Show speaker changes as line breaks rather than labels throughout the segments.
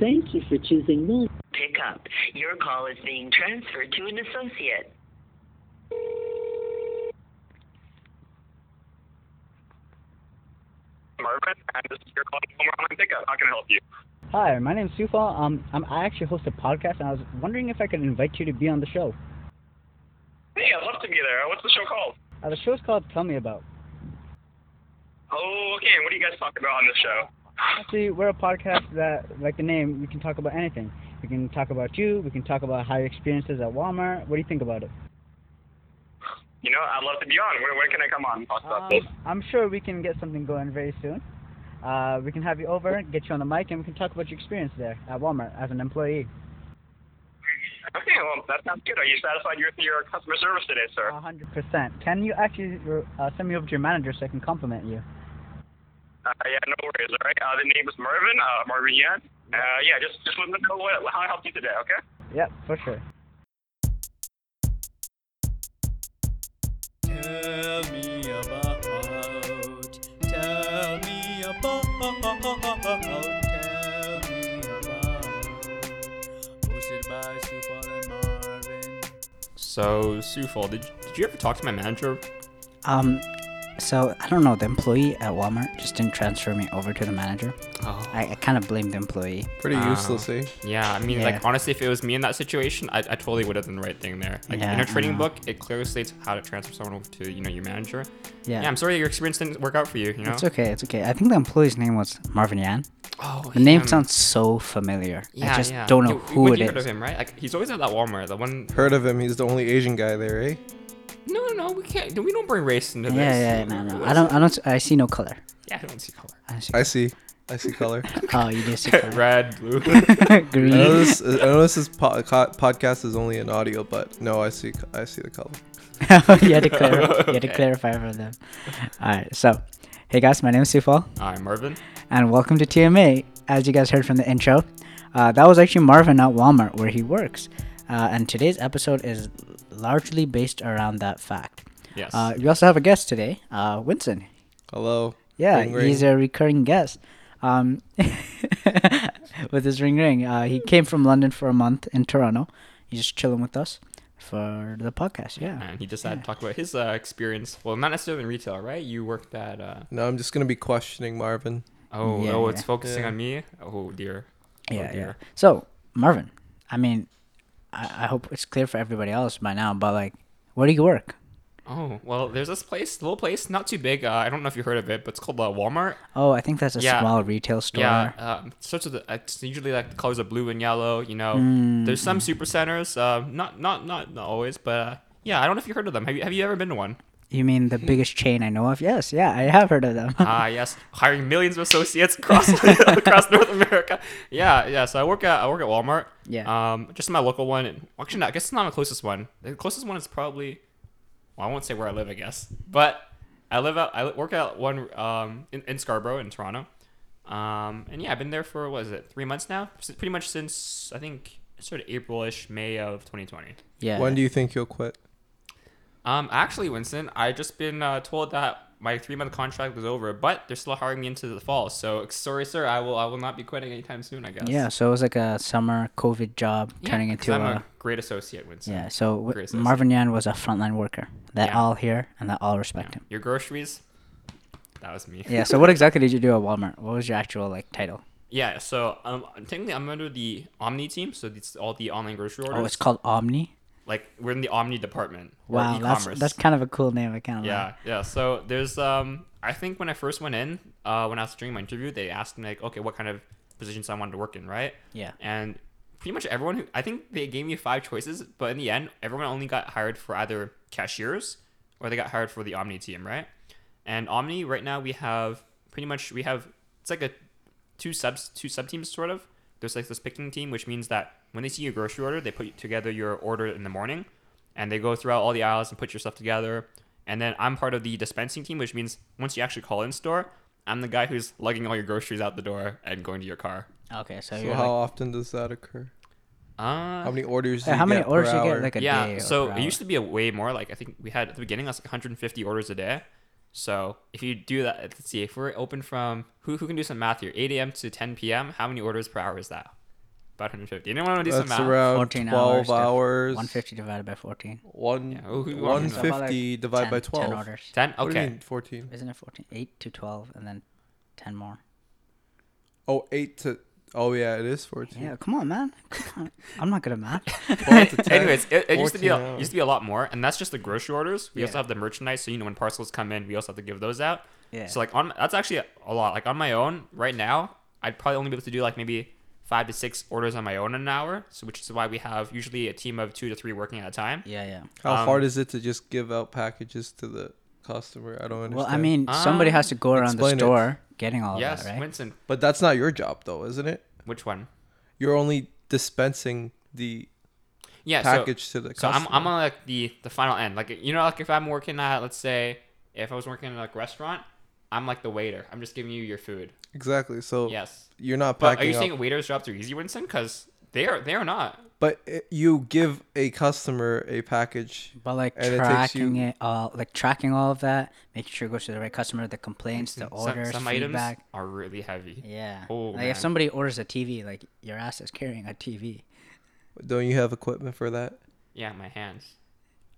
Thank you for choosing William.
Pick up. Your call is being transferred to an associate.
Marvin, and this is your call from Online Pickup. How can I help you?
Hi, my name's Sufa. Um, I'm, I actually host a podcast, and I was wondering if I could invite you to be on the show.
Hey, I'd love to be there. What's the show called?
Uh, the show's called Tell Me About.
Oh, okay. And what do you guys talk about on this show?
Actually, we're a podcast that, like the name, we can talk about anything. We can talk about you. We can talk about how your experience is at Walmart. What do you think about it?
You know, I'd love to be on. Where, where can I come on? and Talk about this.
Um, I'm sure we can get something going very soon. Uh, we can have you over, get you on the mic, and we can talk about your experience there at Walmart as an employee.
Okay, well, that sounds good. Are you satisfied with your customer service today, sir?
A hundred percent. Can you actually uh, send me over to your manager so I can compliment you?
Uh, yeah, no worries. All right. Uh, the name is Marvin. Uh, Marvin Yan. Uh, yeah, just just let me know what, how I helped you today. Okay.
Yep, for sure.
Tell me about. Tell me about. Tell me about. Hosted by Sufal and Marvin.
So, Sufal, did, did you ever talk to my manager?
Um, so I don't know. The employee at Walmart just didn't transfer me over to the manager.
Oh.
I, I kind of blame the employee.
Pretty
Wow.
useless, eh?
Uh, Yeah, I mean,
Yeah.
like, honestly, if it was me in that situation, I, I totally would have done the right thing there. Like,
Yeah, Mm-hmm.
in
I
a trading
know.
book, it clearly states how to transfer someone over to, you know, your manager.
Yeah.
Yeah, I'm sorry your experience didn't work out for you, you know?
It's okay. It's okay. I think the employee's name was Marvin Yan.
Oh,
The name
him.
sounds so familiar.
Yeah,
I just
yeah.
don't know
Dude,
who
when
it
you heard of
is.
him, right? Like, he's always at that Walmart, the one.
Heard of him? He's the only Asian guy there, eh?
No, no, we can't. We don't bring race into
Yeah,
this.
yeah, no,
What
no.
is
I don't,
it?
I don't, I see no color.
Yeah, I don't see color.
I see.
I see. I see color.
oh, you do see color.
Red, blue.
I
Green.
know this, I know this is po- co- podcast is only in audio, but no, I see. I see the color.
you had to clarify. You had to
Okay.
clarify for them. All right. So, hey guys, my name is Sufal,
All right, Marvin.
and welcome to TMA. As you guys heard from the intro, uh, that was actually Marvin at Walmart where he works, uh, and today's episode is largely based around that fact.
Yes.
Uh, we also have a guest today, uh, Winston.
Hello.
Yeah,
Ring, ring.
he's a recurring guest. Um, with his ring ring, uh, he came from London for a month in Toronto. He's just chilling with us for the podcast. Yeah.
and he decided to talk about his uh, experience. Well, not necessarily in retail, right? You worked at. Uh,
No, I'm just gonna be questioning Marvin.
oh,
Yeah,
oh, it's
yeah.
focusing
Yeah.
on me. Oh dear. Oh,
yeah, yeah.
dear.
So Marvin, I mean, I, I hope it's clear for everybody else by now. But like, where do you work?
Oh well, there's this place, little place, not too big. Uh, I don't know if you heard of it, but it's called uh, Walmart.
Oh, I think that's a
Yeah.
small retail store.
Yeah, uh, starts with the, it's usually like the colors of blue and yellow. You know,
Mm.
there's some super centers. Uh, not not not not always, but uh, yeah, I don't know if you heard of them. Have you have you ever been to one?
You mean the biggest chain I know of? Yes. Yeah, I have heard of them.
Ah, yes, hiring millions of associates across across North America. Yeah, yeah. So I work at I work at Walmart.
Yeah.
Um, just my local one. Actually, no, I guess it's not my closest one. The closest one is probably, well, I won't say where I live, I guess, but I live out. I work at one um in, in Scarborough in Toronto. Um, and yeah, I've been there for what is it, three months now? S- Pretty much since I think sort of April-ish, May of 2020.
yeah.
When do you think you'll quit?
Um, actually, Winston, I just been uh, told that my three month contract was over, but they're still hiring me into the fall. So sorry, sir, I will I will not be quitting anytime soon. I guess.
Yeah. So it was like a summer COVID job
Yeah,
turning
'cause
into
I'm
a.
a great associate, Winston.
Yeah, so w-
Grace is.
Marvin Yan was a frontline worker that
Yeah.
all hear and that all respect him.
Your groceries. That was me.
Yeah, so what exactly did you do at Walmart? What was your actual like title?
Yeah. So um, technically, I'm under the Omni team, so it's all the online grocery orders.
Oh, it's called Omni.
like we're in the Omni department. or
Wow, that's
e-commerce.
that's kind of a cool name. I kind of
Yeah, yeah. So there's um, I think when I first went in, uh, when I was doing my interview, they asked me like, okay, what kind of positions I wanted to work in, right?
Yeah.
And pretty much everyone who I think they gave me five choices, but in the end, everyone only got hired for either cashiers or they got hired for the Omni team, right? And Omni right now we have pretty much we have it's like a two subs two sub teams sort of. There's like this picking team, which means that when they see your grocery order, they put together your order in the morning, and they go throughout all the aisles and put your stuff together. And then I'm part of the dispensing team, which means once you actually call in store, I'm the guy who's lugging all your groceries out the door and going to your car.
Okay, so,
So
you're
how
like,
often does that occur?
Uh,
How many orders? Do
Yeah,
you
how many
get per
orders do you
hour?
get like a
yeah,
day? or
so
per
it
hour?
used to be a way more. Like I think we had at the beginning, it was like 150 orders a day. So if you do that, let's see. If we're open from who who can do some math here, 8 a.m. to 10 p.m. How many orders per hour is that? About 150. Anyone want to do some
That's
math?
around
14 hours.
twelve hours.
One fifty divided by fourteen.
One,
Yeah, who- who wants
one
to know?
fifty divided
10,
by twelve.
Ten orders.
10?
What do you
Okay.
mean fourteen?
Isn't it fourteen? Eight to twelve, and then ten more.
Oh, eight to. Oh yeah, it is fourteen.
Yeah, come on, man. Come on. I'm not good at math.
12 to 10,
Anyways, it, it used to be
14
a,
hours.
used to be a lot more, and that's just the grocery orders. We also
Yeah.
have the merchandise, so you know when parcels come in, we also have to give those out.
Yeah.
So like on that's actually a lot. Like on my own right now, I'd probably only be able to do like maybe five to six orders on my own in an hour. So which is why we have usually a team of two to three working at a time.
yeah, yeah.
How
Um,
hard is it to just give out packages to the customer? I don't understand.
Well, I mean, somebody has to go around the
Um, explain it.
store getting all
yes,
of that, right?
Winston.
but that's not your job, though, isn't it?
Which one?
You're only dispensing the
Yeah.
package
so,
to the
so
customer.
I'm I'm on like the the final end. Like you know like if I'm working at let's say if I was working at like a restaurant, I'm like the waiter. I'm just giving you your food.
exactly. So
Yes.
you're not
But are
packing
you
up.
saying waiters' jobs are easy, Winston? Because they are they are not.
but it, you give a customer a package.
But like
And it takes
tracking
you-
it, all, like tracking all of that, making sure it goes to the right customer, the complaints, the orders,
some, some items
feedback.
are really heavy.
Yeah.
Oh,
like
man.
if somebody orders a TV, like your ass is carrying a TV.
Don't you have equipment for that?
Yeah, my hands.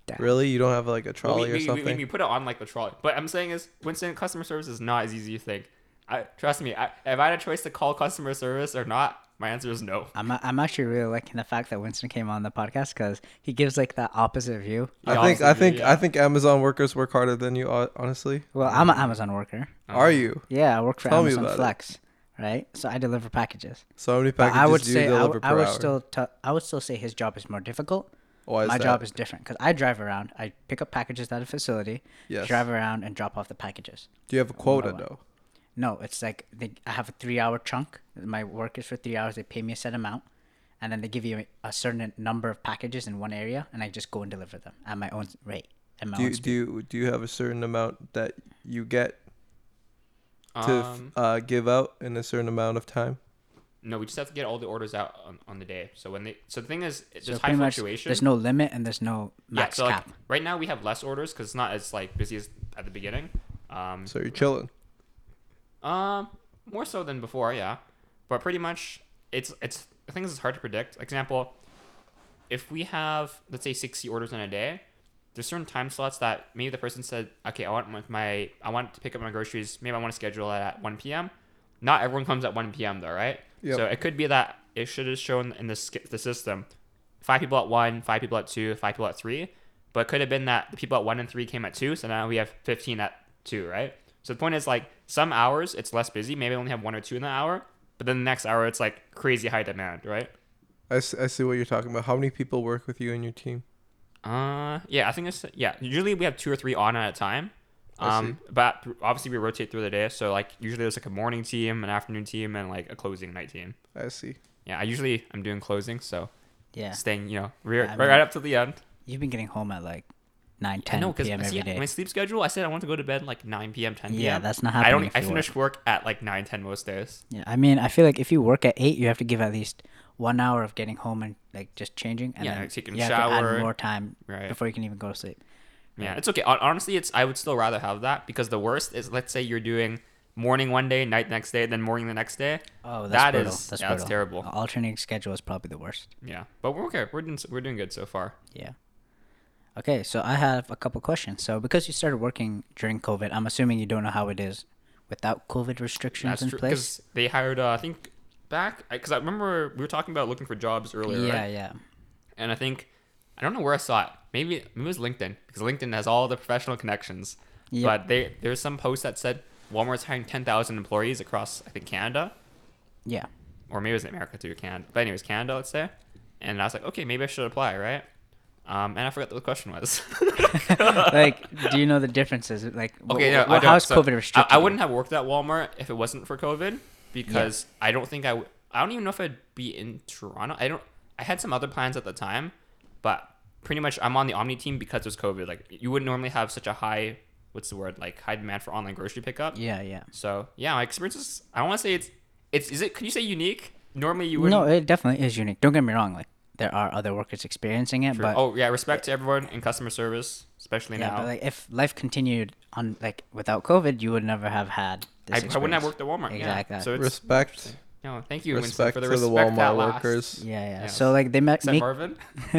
Damn.
Really? You don't have like a
Well,
trolley
we,
or
we- we-
Oh, something?
we put it on like the trolley. But I'm saying is, Winston, customer service is not as easy as you think. I, trust me, I, if I had a choice to call customer service or not, my answer is no.
I'm a- I'm actually really liking the fact that Winston came on the podcast because he gives like that opposite view.
I think I
honestly,
think
yeah.
I think Amazon workers work harder than you. hon- Honestly,
Well, I'm an Amazon worker.
Uh-huh.
are you?
Yeah, I work for
Tell me
Amazon
about it.
Flex, right? So I deliver packages.
So how many
But
packages
I would
do
say
you
I, w-
deliver per
I would
hour?
still t- I would still say his job is more difficult.
Why is
My
that?
job is different because I drive around. I pick up packages at a facility,
Yes.
drive around, and drop off the packages.
Do you have a quota
one.
though?
No, it's like they, I have a three-hour chunk. My work is for three hours. They pay me a set amount, and then they give you a, certain number of packages in one area, and I just go and deliver them at my own rate and my
Do
own
you,
speed.
do you, do you have a certain amount that you get to f-
Um,
uh, give out in a certain amount of time?
no, we just have to get all the orders out on, on the day. So when they, so the thing is, it-
So
there's high
pretty much,
fluctuation.
there's no limit and there's no
yeah,
max
so like,
cap.
right now we have less orders because it's not as like busy as at the beginning. Um,
So you're chilling.
Um, more so than before, yeah. But pretty much, it's it's the thing is it's hard to predict. Example, if we have let's say sixty orders in a day, there's certain time slots that maybe the person said, okay, I want my- my I want to pick up my groceries. Maybe I want to schedule it at one p.m. Not everyone comes at one p.m. though, right?
Yep.
So it could be that it should have shown in the sk- the system, five people at one, five people at two, five people at three. But it could have been that the people at one and three came at two, so now we have fifteen at two, right? So the point is like some hours it's less busy, maybe I only have one or two in the hour, but then the next hour it's like crazy high demand, right?
I s- I see what you're talking about. How many people work with you and your team?
Uh, yeah, I think it's yeah. Usually we have two or three on at a time.
I
Um, but obviously we rotate through the day, so like usually there's like a morning team, an afternoon team, and like a closing night team.
I see.
Yeah, I usually I'm doing closing, so
Yeah,
staying you know rear,
I
right,
mean-
up to the end.
you've been getting home at like 9, 10
no, because
p.m. every day.
my sleep schedule, I said I want to go to bed like 9 p.m. 10 p.m.
Yeah, that's not
I
happening
don't.
if
I
you
finish work at like 9 10 most days.
Yeah, I mean, I feel like if you work at eight, you have to give at least one hour of getting home and like just changing, and
Yeah,
then
taking a
you have to
shower.
add more time
Right.
before you can even go to sleep.
Yeah, it's okay. Hon- Honestly, it's I would still rather have that because the worst is let's say you're doing morning one day, night next day, then morning the next day.
Oh, that's
That
brutal.
is-
that's
yeah,
brutal.
that's terrible.
A Alternating schedule is probably the worst.
Yeah, but we're okay. We're doing we're doing good so far.
Yeah. Okay, so I have a couple questions. So because you started working during COVID, I'm assuming you don't know how it is without COVID restrictions
That's
in
true.
place.
Because they hired, uh, I think, back because I remember we were talking about looking for jobs earlier,
Yeah,
right?
yeah.
And I think I don't know where I saw it. Maybe, maybe it was LinkedIn because LinkedIn has all the professional connections.
Yeah.
But they there's some post that said Walmart's hiring ten thousand employees across I think Canada
Yeah.
or maybe it was in America too, Canada. But anyways, Canada, let's say. And I was like, okay, maybe I should apply, right? Um, and I forgot what the question was.
Like, do you know the differences? Like, wh-
Okay, no,
wh-
I don't.
how's
so
COVID
I-
restricted?
I, wouldn't have worked at Walmart if it wasn't for COVID because I don't think I. W- I don't even know if I'd be in Toronto. I don't. I had some other plans at the time, but pretty much I'm on the Omni team because there's COVID. Like you wouldn't normally have such a high. What's the word? Like high demand for online grocery pickup.
Yeah, yeah.
So yeah, my experience is. I don't want to say it's. It's is it? Could you say unique? Normally you would.
No, it definitely is unique. Don't get me wrong. Like, there are other workers experiencing it, but
oh yeah, respect to everyone in customer service, especially
yeah,
now.
but like if life continued on like without COVID, you would never have had. This
I, I wouldn't have
experience.
worked at Walmart.
Exactly.
Yeah. So it's
Respect
No, thank you, Winston,
Respect
for
to
the
the
respect
Walmart
that lasts.
workers.
Yeah, yeah.
Yeah.
So like they ma-
Except
make
Marvin.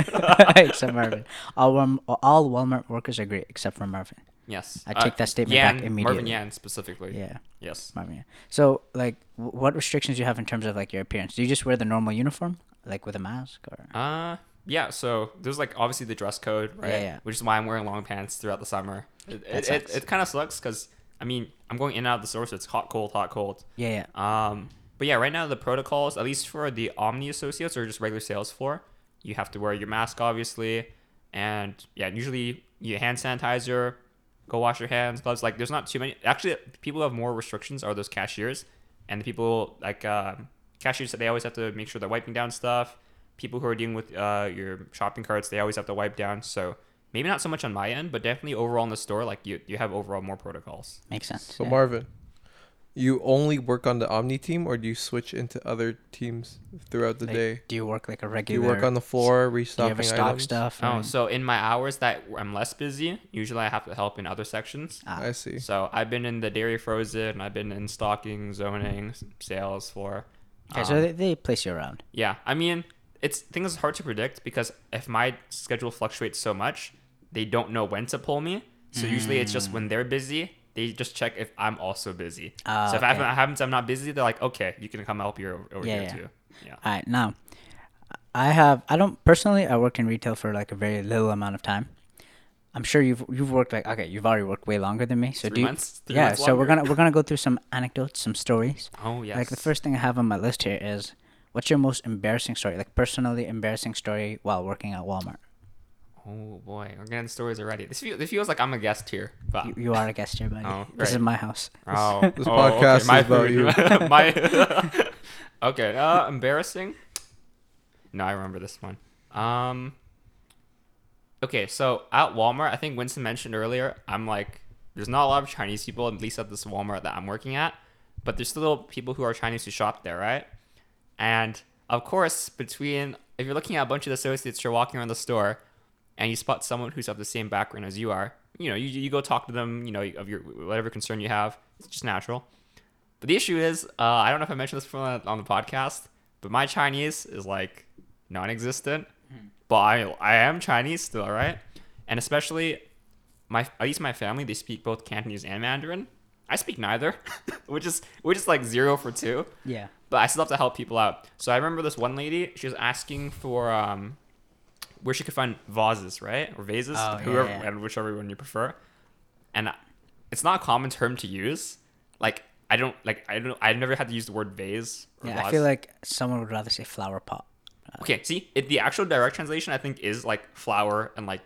except Marvin. All Walmart, all Walmart workers are great except for Marvin.
Yes. Uh,
I take that statement
Yan,
back
Marvin
immediately.
Yan specifically.
Yeah,
Yes.
Marvin. yeah. So like, w- what restrictions do you have in terms of like your appearance? Do you just wear the normal uniform, like with a mask, or
Uh yeah, so there's like obviously the dress code, right?
Yeah, yeah.
Which is why I'm wearing long pants throughout the summer. It it, it,
sucks.
it kind of sucks cuz I mean, I'm going in and out of the store so it's hot cold, hot cold.
yeah, yeah.
Um but yeah, right now the protocols at least for the Omni associates or just regular sales floor, you have to wear your mask obviously and yeah, usually you hand sanitizer, go wash your hands, gloves like there's not too many actually people who have more restrictions are those cashiers and the people like um cashiers they always have to make sure they're wiping down stuff people who are dealing with uh, your shopping carts they always have to wipe down so maybe not so much on my end but definitely overall in the store like you, you have overall more protocols
Makes sense.
So
yeah.
Marvin, you only work on the Omni team, or do you switch into other teams throughout the
Like,
day?
do you work like a
Do
regular?
you work on the floor,
Do you
restocking
ever stock
items?
stuff?
oh
or-
so in my hours that i'm less busy usually i have to help in other sections
Ah,
I see.
so i've been in the dairy frozen i've been in stocking zoning s- sales floor
okay, so they, they place you around.
Yeah, I mean, it's things is hard to predict because if my schedule fluctuates so much, they don't know when to pull me. So usually it's just when they're busy, they just check if I'm also busy.
Mm. Ah,
so if
okay.
I happens I'm not busy, they're like, okay, you can come help here o- over
Yeah,
here
yeah.
too. Yeah.
All right, now I have I don't personally I worked in retail for like a very little amount of time. I'm sure you've you've worked like okay you've already worked way longer than me. So
Three
do you,
months- three
yeah.
months
so we're
longer.
gonna we're gonna go through some anecdotes, some stories.
Oh yes.
Like the first thing I have on my list here is what's your most embarrassing story, like personally embarrassing story while working at Walmart.
Oh boy, we're getting stories already. This feels, this feels like I'm a guest here, but
You, you are a guest here, buddy.
Oh,
This is
right.
my house.
Oh,
This
oh,
podcast is
my
about
food. my okay, uh, embarrassing. No, I remember this one. Um, okay, so at Walmart, I think Winston mentioned earlier, I'm like, there's not a lot of Chinese people, at least at this Walmart that I'm working at, but there's still people who are Chinese who shop there, right? And of course, between if you're looking at a bunch of associates who are walking around the store, and you spot someone who's of the same background as you are, you know, you, you go talk to them, you know, of your whatever concern you have. It's just natural. But the issue is, uh, I don't know if I mentioned this on the, on the podcast, but my Chinese is like non-existent. But I I am Chinese still, right? And especially my at least my family they speak both Cantonese and Mandarin. I speak neither, which is which is like zero for two
Yeah.
but I still have to help people out. So I remember this one lady, she was asking for um, where she could find vases, right? Or vases,
Oh, yeah,
whoever,
yeah.
whichever one you prefer. And I- it's not a common term to use. Like, I don't, like, I don't, I've never had to use the word vase or
Yeah. I
vase.
feel like someone would rather say flower pot.
okay, see, it, the actual direct translation, I think, is like flower and like,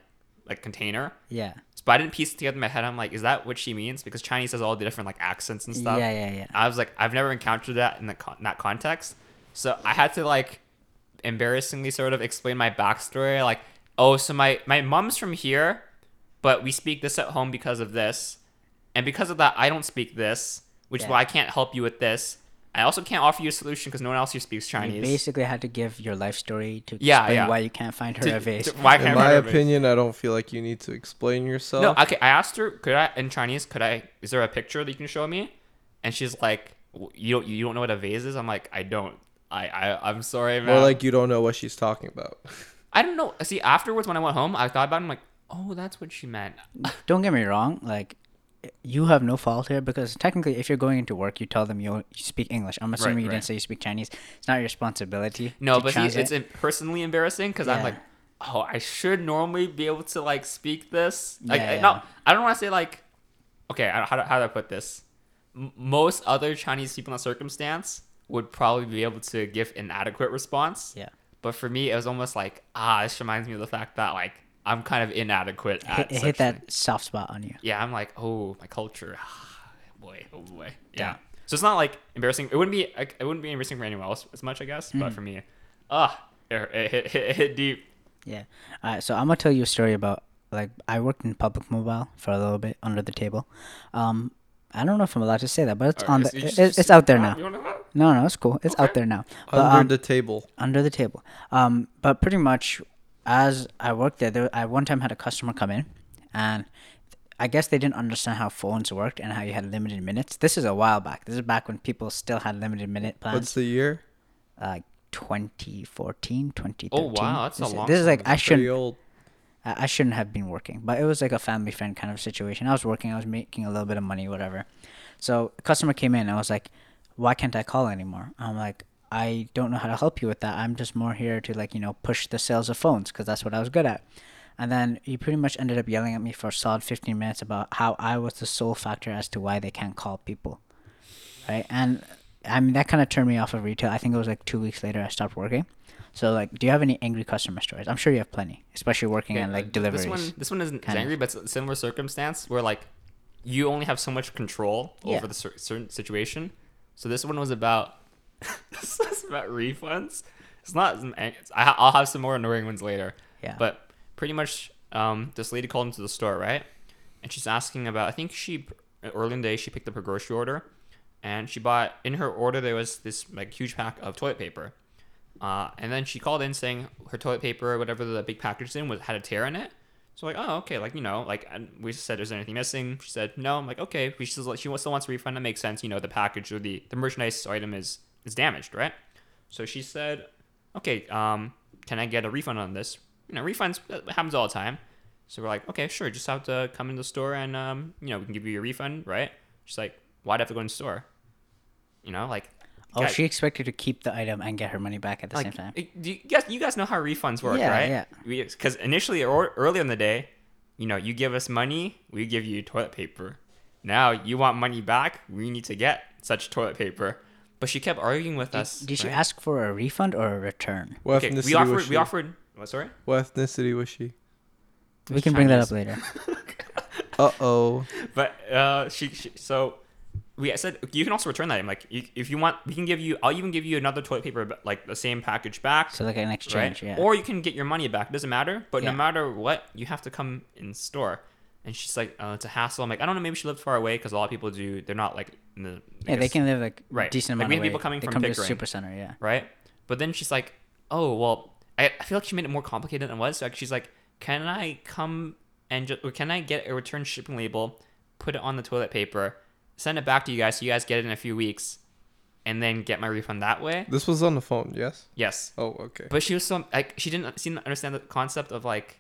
like container.
Yeah.
But I didn't piece it together in my head. I'm like, is that what she means? Because Chinese has all the different like accents and stuff.
Yeah, yeah, yeah.
I was like, I've never encountered that in the con- that context. So I had to like embarrassingly sort of explain my backstory. Like, oh, so my my mom's from here, but we speak this at home because of this, and because of that, I don't speak this, which
Yeah.
is why I can't help you with this. I also can't offer you a solution because no one else here speaks
You
Chinese.
basically had to give your life story to
Yeah,
explain
yeah.
why you can't find her
To-
a vase.
to- why
In
can't
my
I remember?
opinion, I don't feel like you need to explain yourself.
No, okay. I asked her, could I in Chinese? Could I? Is there a picture that you can show me? And she's like, "W- you don't, you don't know what a vase is. I'm like, I don't. I, I I'm sorry, man.
More like you don't know what she's talking about.
I don't know. See, afterwards when I went home, I thought about. it, I'm like, oh, that's what she meant.
don't get me wrong like you have no fault here because technically if you're going into work you tell them you you speak english i'm assuming you
right.
didn't say you speak chinese it's not your responsibility
No,
to
but see,
translate.
it's em- personally embarrassing because I'm
Yeah.
like, oh, I should normally be able to like speak this. Like,
Yeah,
I-
yeah.
no, I don't want to say like, okay, I- how do, how do I put this? M- most other Chinese people in that circumstance would probably be able to give an adequate response.
yeah
But for me, it was almost like, ah, this reminds me of the fact that like I'm kind of inadequate
it,
at
it
such
hit that
thing.
soft spot on you
Yeah, I'm like, oh, my culture. Ah, boy, oh boy. Yeah. So it's not like embarrassing. It wouldn't be. like, It wouldn't be embarrassing for anyone else as much, I guess. But for me, ah, it, it, hit, it hit deep.
yeah all right so i'm gonna tell you a story about like i worked in public mobile for a little bit under the table um i don't know if i'm allowed to say that but it's on the
Is- you
it,
just-
it's out there
Ah,
now
you wanna-
no no it's cool it's out there now but
Under
um,
the table.
under the table. Um, but pretty much as I worked there, there I one time had a customer come in, and I guess they didn't understand how phones worked and how you had limited minutes. This is a while back. This is back when people still had limited minute plans.
What's the year?
like 2014 2013
Oh, wow, that's a
this,
long
this is
time
like i
Pretty
shouldn't
old.
i I shouldn't have been working but it was like a family friend kind of situation i was working i was making a little bit of money whatever so a customer came in i was like why can't i call anymore i'm like i don't know how to help you with that i'm just more here to like you know push the sales of phones because that's what i was good at and then he pretty much ended up yelling at me for a solid 15 minutes about how i was the sole factor as to why they can't call people right? And I mean, that kind of turned me off of retail. I think it was like two weeks later I stopped working. So, like, do you have any angry customer stories? I'm sure you have plenty, especially working
Okay,
on
uh,
like deliveries.
This one, this one isn't
kind of.
angry, but it's a similar circumstance where like you only have so much control
Yeah.
over the cer- certain situation. So this one was about this was about refunds. It's not. it's- I, I'll have some more annoying ones later.
Yeah.
But pretty much, um, this lady called into the store, right? And she's asking about. I think she early in the day she picked up her grocery order, and she bought in her order there was this like huge pack of toilet paper. Uh, and then she called in saying her toilet paper, whatever the big package is in, was had a tear in it. So like, oh okay, like you know, like and we said, is there anything missing? She said no. I'm like, okay, we still she still wants a refund. That makes sense. You know, the package or the the merchandise item is is damaged, right? So she said, okay, um, can I get a refund on this? You know, refunds that happens all the time. So we're like, okay, sure, just have to come in the store and um, you know, we can give you your refund, right? She's like, why'd I have to go in the store? You know, like.
oh,
guys-
she expected to keep the item and get her money back at the same
like,
time.
it- do you guys, you guys know how refunds work,
Yeah,
right?
yeah.
Yeah. Because initially, or, early in the day, you know, you give us money, we give you toilet paper. Now you want money back, we need to get such toilet paper. But she kept arguing with us.
Did she
right?
ask for a refund or a return?
What
Okay,
ethnicity
we offered.
was she?
We offered. What, sorry.
What ethnicity was she?
We can bring that up
Chinese.
later.
Uh oh.
But uh, she, she. So we I said you can also return that. I'm like, you, if you want, we can give you. I'll even give you another toilet paper, but, like the same package back.
So, like, an exchange, yeah.
Or you can get your money back. It doesn't matter. But
Yeah.
no matter what, you have to come in store. And she's like, uh, it's a hassle. I'm like, I don't know. Maybe she lived far away because a lot of people do. They're not like in the. I
yeah, they
guess-
can live like
Right.
decent
Like,
amount
we
of
had people
way.
coming
they
from
come to
Pickering.
super center, yeah.
right? But then she's like, oh, well, I, I feel like she made it more complicated than it was. So like, she's like, can I come and just, or can I get a return shipping label, put it on the toilet paper, send it back to you guys so you guys get it in a few weeks, and then get my refund that way?
This was on the phone, yes?
Yes.
Oh, okay.
But she was so, like, she didn't seem to understand the concept of, like,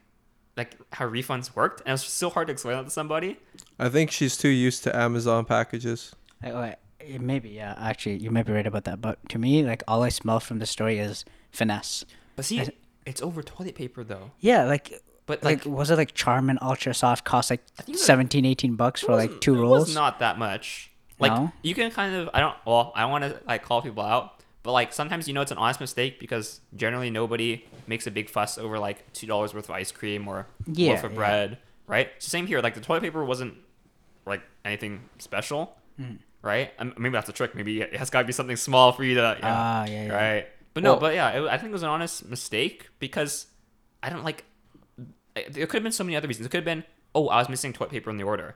like how refunds worked. And it was so hard to explain that to somebody.
I think she's too used to Amazon packages.
Like, oh, I- maybe, yeah. Actually, you might be right about that. But to me, like, all I smell from the story is finesse.
But see, it's over toilet paper, though.
Yeah, like
But,
like,
like,
was it like Charmin Ultra Soft cost like
think it was-
17, 18 bucks for like
wasn't-
two
it
rolls?
was not that much. Like
No?
you can kind of I don't well I don't want to like call people out, but like sometimes you know it's an honest mistake because generally nobody makes a big fuss over like two dollars worth of ice cream or
Yeah,
loaf of
yeah.
bread, right? So same here. Like the toilet paper wasn't like anything special,
Hmm.
right? Um, maybe that's a trick. Maybe it has got to be something small for you to yeah,
Ah, yeah, yeah.
right. But no,
Well-
but yeah, it, I think it was an honest mistake because I don't like. I- There could have been so many other reasons. It could have been, oh, I was missing toilet paper in the order.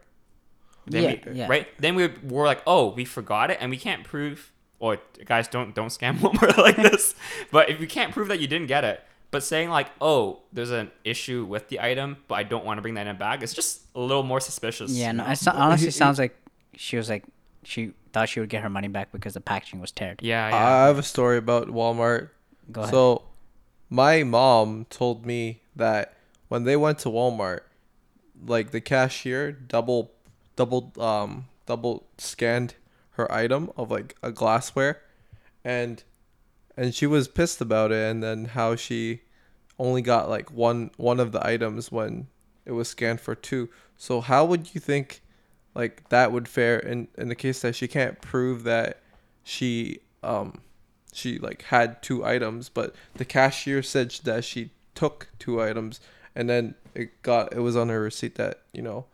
Then
Yeah,
we-
yeah.
Right. Then we were like, oh, we forgot it, and we can't prove. Or guys, don't don't scam Walmart like this. but if you can't prove that you didn't get it, but saying like, oh, there's an issue with the item, but I don't want to bring that in back, it's just a little more suspicious.
yeah,
you
no.
know?
It so- honestly sounds like she was like she thought she would get her money back because the packaging was teared.
Yeah, yeah.
Uh,
I have a story about Walmart.
Go ahead.
So, my mom told me that when they went to Walmart, like the cashier double, double, um, double scanned her item of like a glassware, and and she was pissed about it, and then how she only got like one one of the items when it was scanned for two. So how would you think like that would fare in in the case that she can't prove that she um she like had two items, but the cashier said sh- that she took two items, and then it got it was on her receipt that you know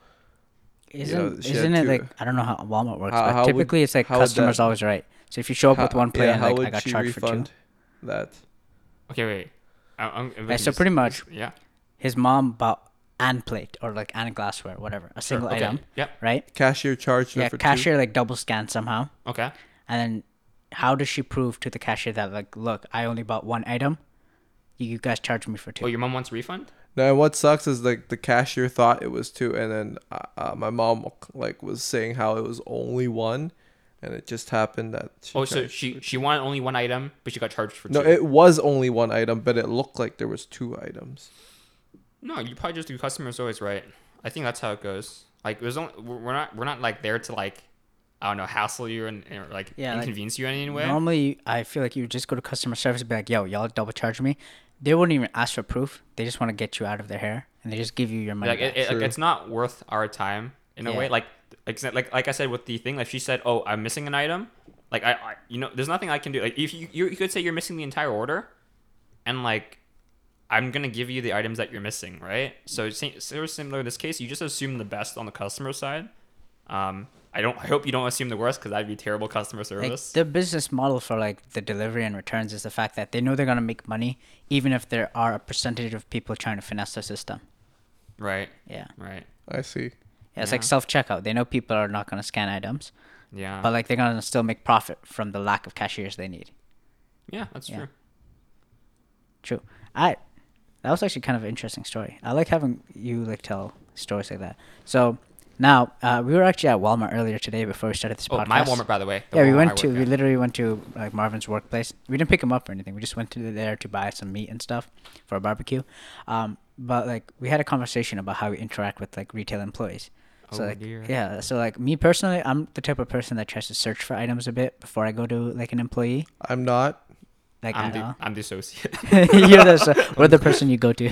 Isn't
she had
isn't it
two-
like I don't know how Walmart works,
How-
but
how would-
typically it's like
how would
customers
that-
always right. So if you show up with
how-
one plate
yeah,
and
how
like I
would
got
she
charged for two.
that.
okay, wait. I, I'm, if we
Yeah,
can
so
just-
pretty much-
Yeah.
His mom bought an plate or like an glassware, whatever, a single
okay.
item.
Yep.
Right.
Cashier charged her
Yeah.
for
Cashier like double scanned somehow.
Okay.
And then how does she prove to the cashier that like, look, I only bought one item, you, you guys charged me for two.
Oh, your mom wants a refund?
Now, what sucks is like the cashier thought it was two, and then uh, uh, my mom like was saying how it was only one, and it just happened that. She
Oh, so
charged-
she she wanted only one item, but she got charged for
No,
two.
it was only one item, but it looked like there was two items.
No, you probably just do customers always right. I think that's how it goes. Like there's only we're we're not we're not like there to like I don't know hassle you and, and like
Yeah, like,
inconvenience you in any way.
Normally, you- I feel like you would just go to customer service and be like, "Yo, y'all double charge me." They wouldn't even ask for proof. They just want to get you out of their hair, and they just give you your money.
like,
back.
it, it- like it's not worth our time in a
Yeah.
way. Like exa- like like I said with the thing, like she said, oh, I'm missing an item. Like I, I you know, there's nothing I can do. Like if you you you could say you're missing the entire order, and like I'm gonna give you the items that you're missing, right? So it's sa- so similar in this case, you just assume the best on the customer side. Um, I don't. I hope you don't assume the worst because that'd be terrible customer
Like,
service.
the business model for like the delivery and returns is the fact that they know they're gonna make money, even if there are a percentage of people trying to finesse the system.
right.
Yeah,
Right.
I see.
yeah it's like self checkout. They know people are not gonna scan items,
Yeah.
but like they're gonna still make profit from the lack of cashiers they need.
yeah, that's
yeah.
true.
True. I that was actually kind of an interesting story. I like having you like tell stories like that. So now uh, we were actually at Walmart earlier today before we started this
Oh,
podcast.
my Walmart, by the way. the
yeah, we
Walmart I
went to
work
we
at.
literally went to like Marvin's workplace. We didn't pick him up or anything. We just went to there to buy some meat and stuff for a barbecue. Um, but like we had a conversation about how we interact with like retail employees. So
Oh,
like
dear.
yeah, so like me personally, I'm the type of person that tries to search for items a bit before I go to like an employee.
I'm not.
Like uh,
I'm
I'm
the I'm the associate.
you're the so, we're the person you go to.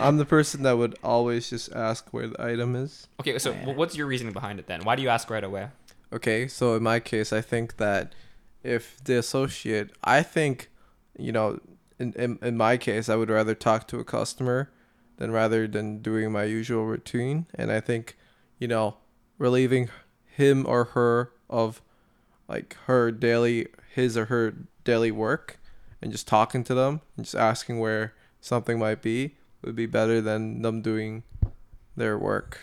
I'm the person that would always just ask where the item is.
Okay, so wh- what's your reasoning behind it then? Why do you ask right away?
Okay, so in my case, I think that if the associate, I think, you know, in, in, in my case, I would rather talk to a customer than rather than doing my usual routine. And I think, you know, relieving him or her of like her daily, his or her daily work and just talking to them and just asking where something might be would be better than them doing their work.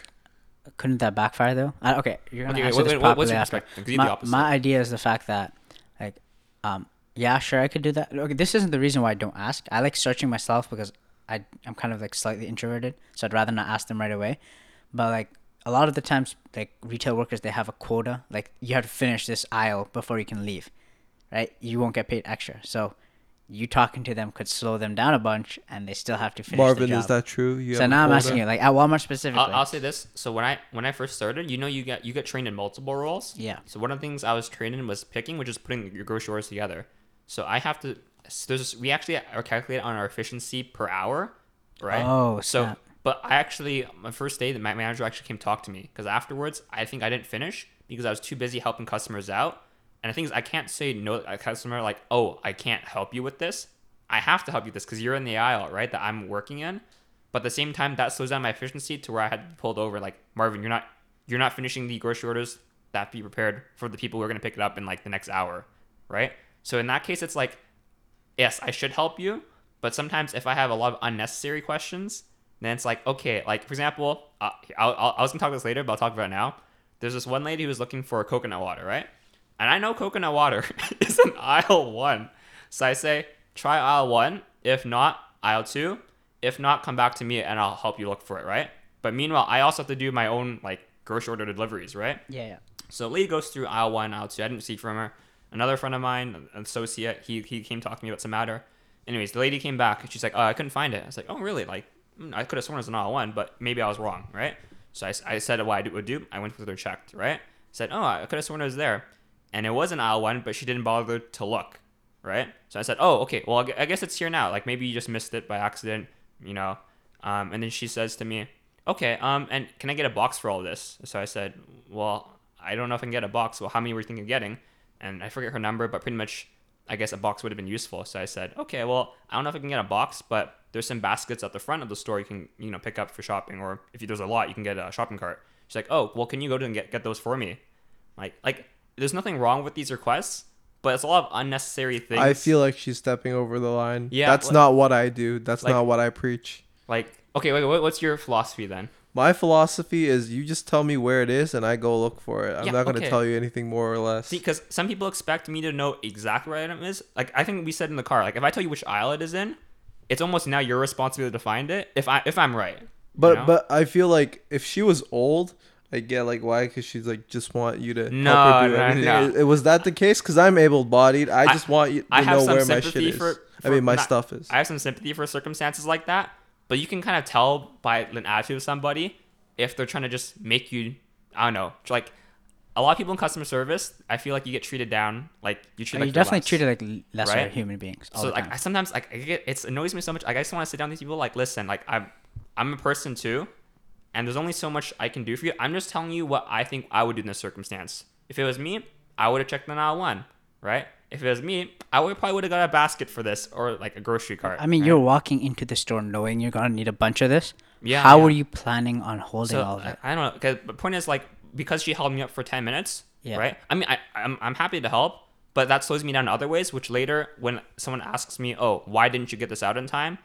couldn't that backfire though? I, okay, you're gonna
Okay, wait,
answer
wait,
this
wait, what-
properly
what's your
after.
perspective? 'Cause you have the
My,
opposite.
my idea is the fact that, like, um, yeah, sure, I could do that. Okay, this isn't the reason why I don't ask. I like searching myself because I I'm kind of like slightly introverted, so I'd rather not ask them right away. But like a lot of the times, like retail workers, they have a quota. Like you have to finish this aisle before you can leave, right? You won't get paid extra. So you talking to them could slow them down a bunch, and they still have to finish. the
Marvin,
job.
is that true? You
So
have a
now I'm
quota?
asking you, like at Walmart specifically.
I'll, I'll say this. So when I when I first started, you know, you get you get trained in multiple roles.
Yeah.
So one of the things I was trained in was picking, which is putting your grocery orders together. So I have to. So there's we actually are calculated on our efficiency per hour, right?
Oh,
So
snap.
but I actually my first day, the ma- manager actually came talk to me because afterwards I think I didn't finish because I was too busy helping customers out. And the thing is, I can't say no to a customer like, oh, I can't help you with this. I have to help you with this because you're in the aisle, right? That I'm working in. But at the same time, that slows down my efficiency to where I had to be pulled over. Like Marvin, you're not you're not finishing the grocery orders that be prepared for the people who are going to pick it up in like the next hour, right? So in that case, it's like yes, I should help you, but sometimes if I have a lot of unnecessary questions, then it's like, okay, like for example, uh, I'll, I'll, I was gonna talk about this later, but I'll talk about it now. There's this one lady who was looking for coconut water, right? And I know coconut water is in aisle one. So I say, try aisle one. If not, aisle two. If not, come back to me and I'll help you look for it, right? But meanwhile, I also have to do my own like grocery order deliveries, right?
yeah. yeah.
So Lee goes through aisle one, aisle two. I didn't see from her. Another friend of mine, an associate, he, he came talking to me about some matter. Anyways, the lady came back and she's like, oh, I couldn't find it. I was like, oh, really? Like, mm, I could have sworn it was an aisle one, but maybe I was wrong, right? So I, s- I said what I would do. I went through there, checked, right? Said, oh, I could have sworn it was there. And it was an aisle one, but she didn't bother to look, right? So I said, oh, okay, well, I gu- I guess it's here now. Like, maybe you just missed it by accident, you know? Um, and then she says to me, okay, um, and can I get a box for all this? So I said, well, I don't know if I can get a box. Well, how many were you thinking of getting? And I forget her number, but pretty much, I guess a box would have been useful. So I said, okay, well, I don't know if I can get a box, but there's some baskets at the front of the store you can, you know, pick up for shopping, or if you, there's a lot, you can get a shopping cart. She's like, oh, well, can you go to and get, get those for me? Like, like, there's nothing wrong with these requests, but it's a lot of unnecessary things.
I feel like she's stepping over the line.
Yeah,
that's
like-
not what I do. That's
like-
not what I preach.
like, okay, wait, what, what's your philosophy then?
My philosophy is you just tell me where it is and I go look for it. I'm
Yeah,
not going to
okay.
tell you anything more or less.
See, because some people expect me to know exactly where item is. Like I think we said in the car, like if I tell you which aisle it is in, it's almost now your responsibility to find it. If I if I'm right, you
But
know?
but I feel like if she was old, I get like why because she's like just want you to
No,
help her do
no,
everything.
no.
It, it- was that the case? Because I'm able-bodied. I just want you to
I have
know
some
where my shit
sympathy
is.
for,
I mean,
for-
my
not-
stuff is.
I have some sympathy for circumstances like that, but you can kind of tell by an attitude of somebody if they're trying to just make you. I don't know. Like a lot of people in customer service, I feel like you get treated down. Like you
Like,
treat. like
Uh, you
they're
definitely
less.
treated like l- lesser
right?
human beings. All
So
the time.
like I sometimes like I get it's annoys me so much. Like, I just want to sit down with these people. Like listen, like I'm I'm a person too, and there's only so much I can do for you. I'm just telling you what I think I would do in this circumstance. If it was me, I would have checked them out one, right? If it was me, I would probably would have got a basket for this or like a grocery cart.
I mean,
right?
you're walking into the store knowing you're gonna need a bunch of this.
Yeah,
How
yeah.
are you planning on holding
so
all of it?
I, I don't know. Cause the point is like because she held me up for ten minutes,
Yeah.
right? I mean, I I'm, I'm happy to help, but that slows me down in other ways. Which later, when someone asks me, "Oh, why didn't you get this out in time?"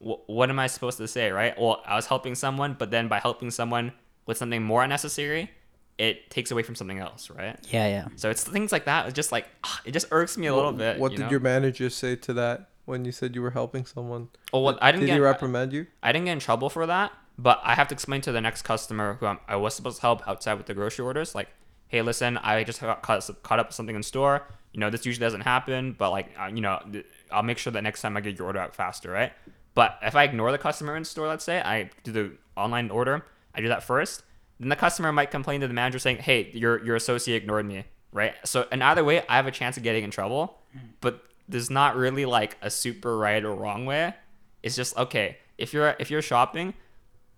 Wh- what am I supposed to say, right? Well, I was helping someone, but then by helping someone with something more unnecessary, it takes away from something else, right?
yeah, yeah.
So it's things like that. It's just like ah, it just irks me a little bit.
what
you
did
know?
your manager say to that when you said you were helping someone?
Oh, well, I didn't
Did
get.
he reprimand you?
I didn't get in trouble for that, but I have to explain to the next customer who I'm, I was supposed to help outside with the grocery orders, like, hey, listen, I just got caught, caught up with something in store. You know, this usually doesn't happen, but like, uh, you know, th- I'll make sure that next time I get your order out faster, right? But if I ignore the customer in store, let's say I do the online order, I do that first, then the customer might complain to the manager saying, hey, your your associate ignored me, right? So in either way, I have a chance of getting in trouble, but there's not really like a super right or wrong way. It's just okay. If you're if you're shopping,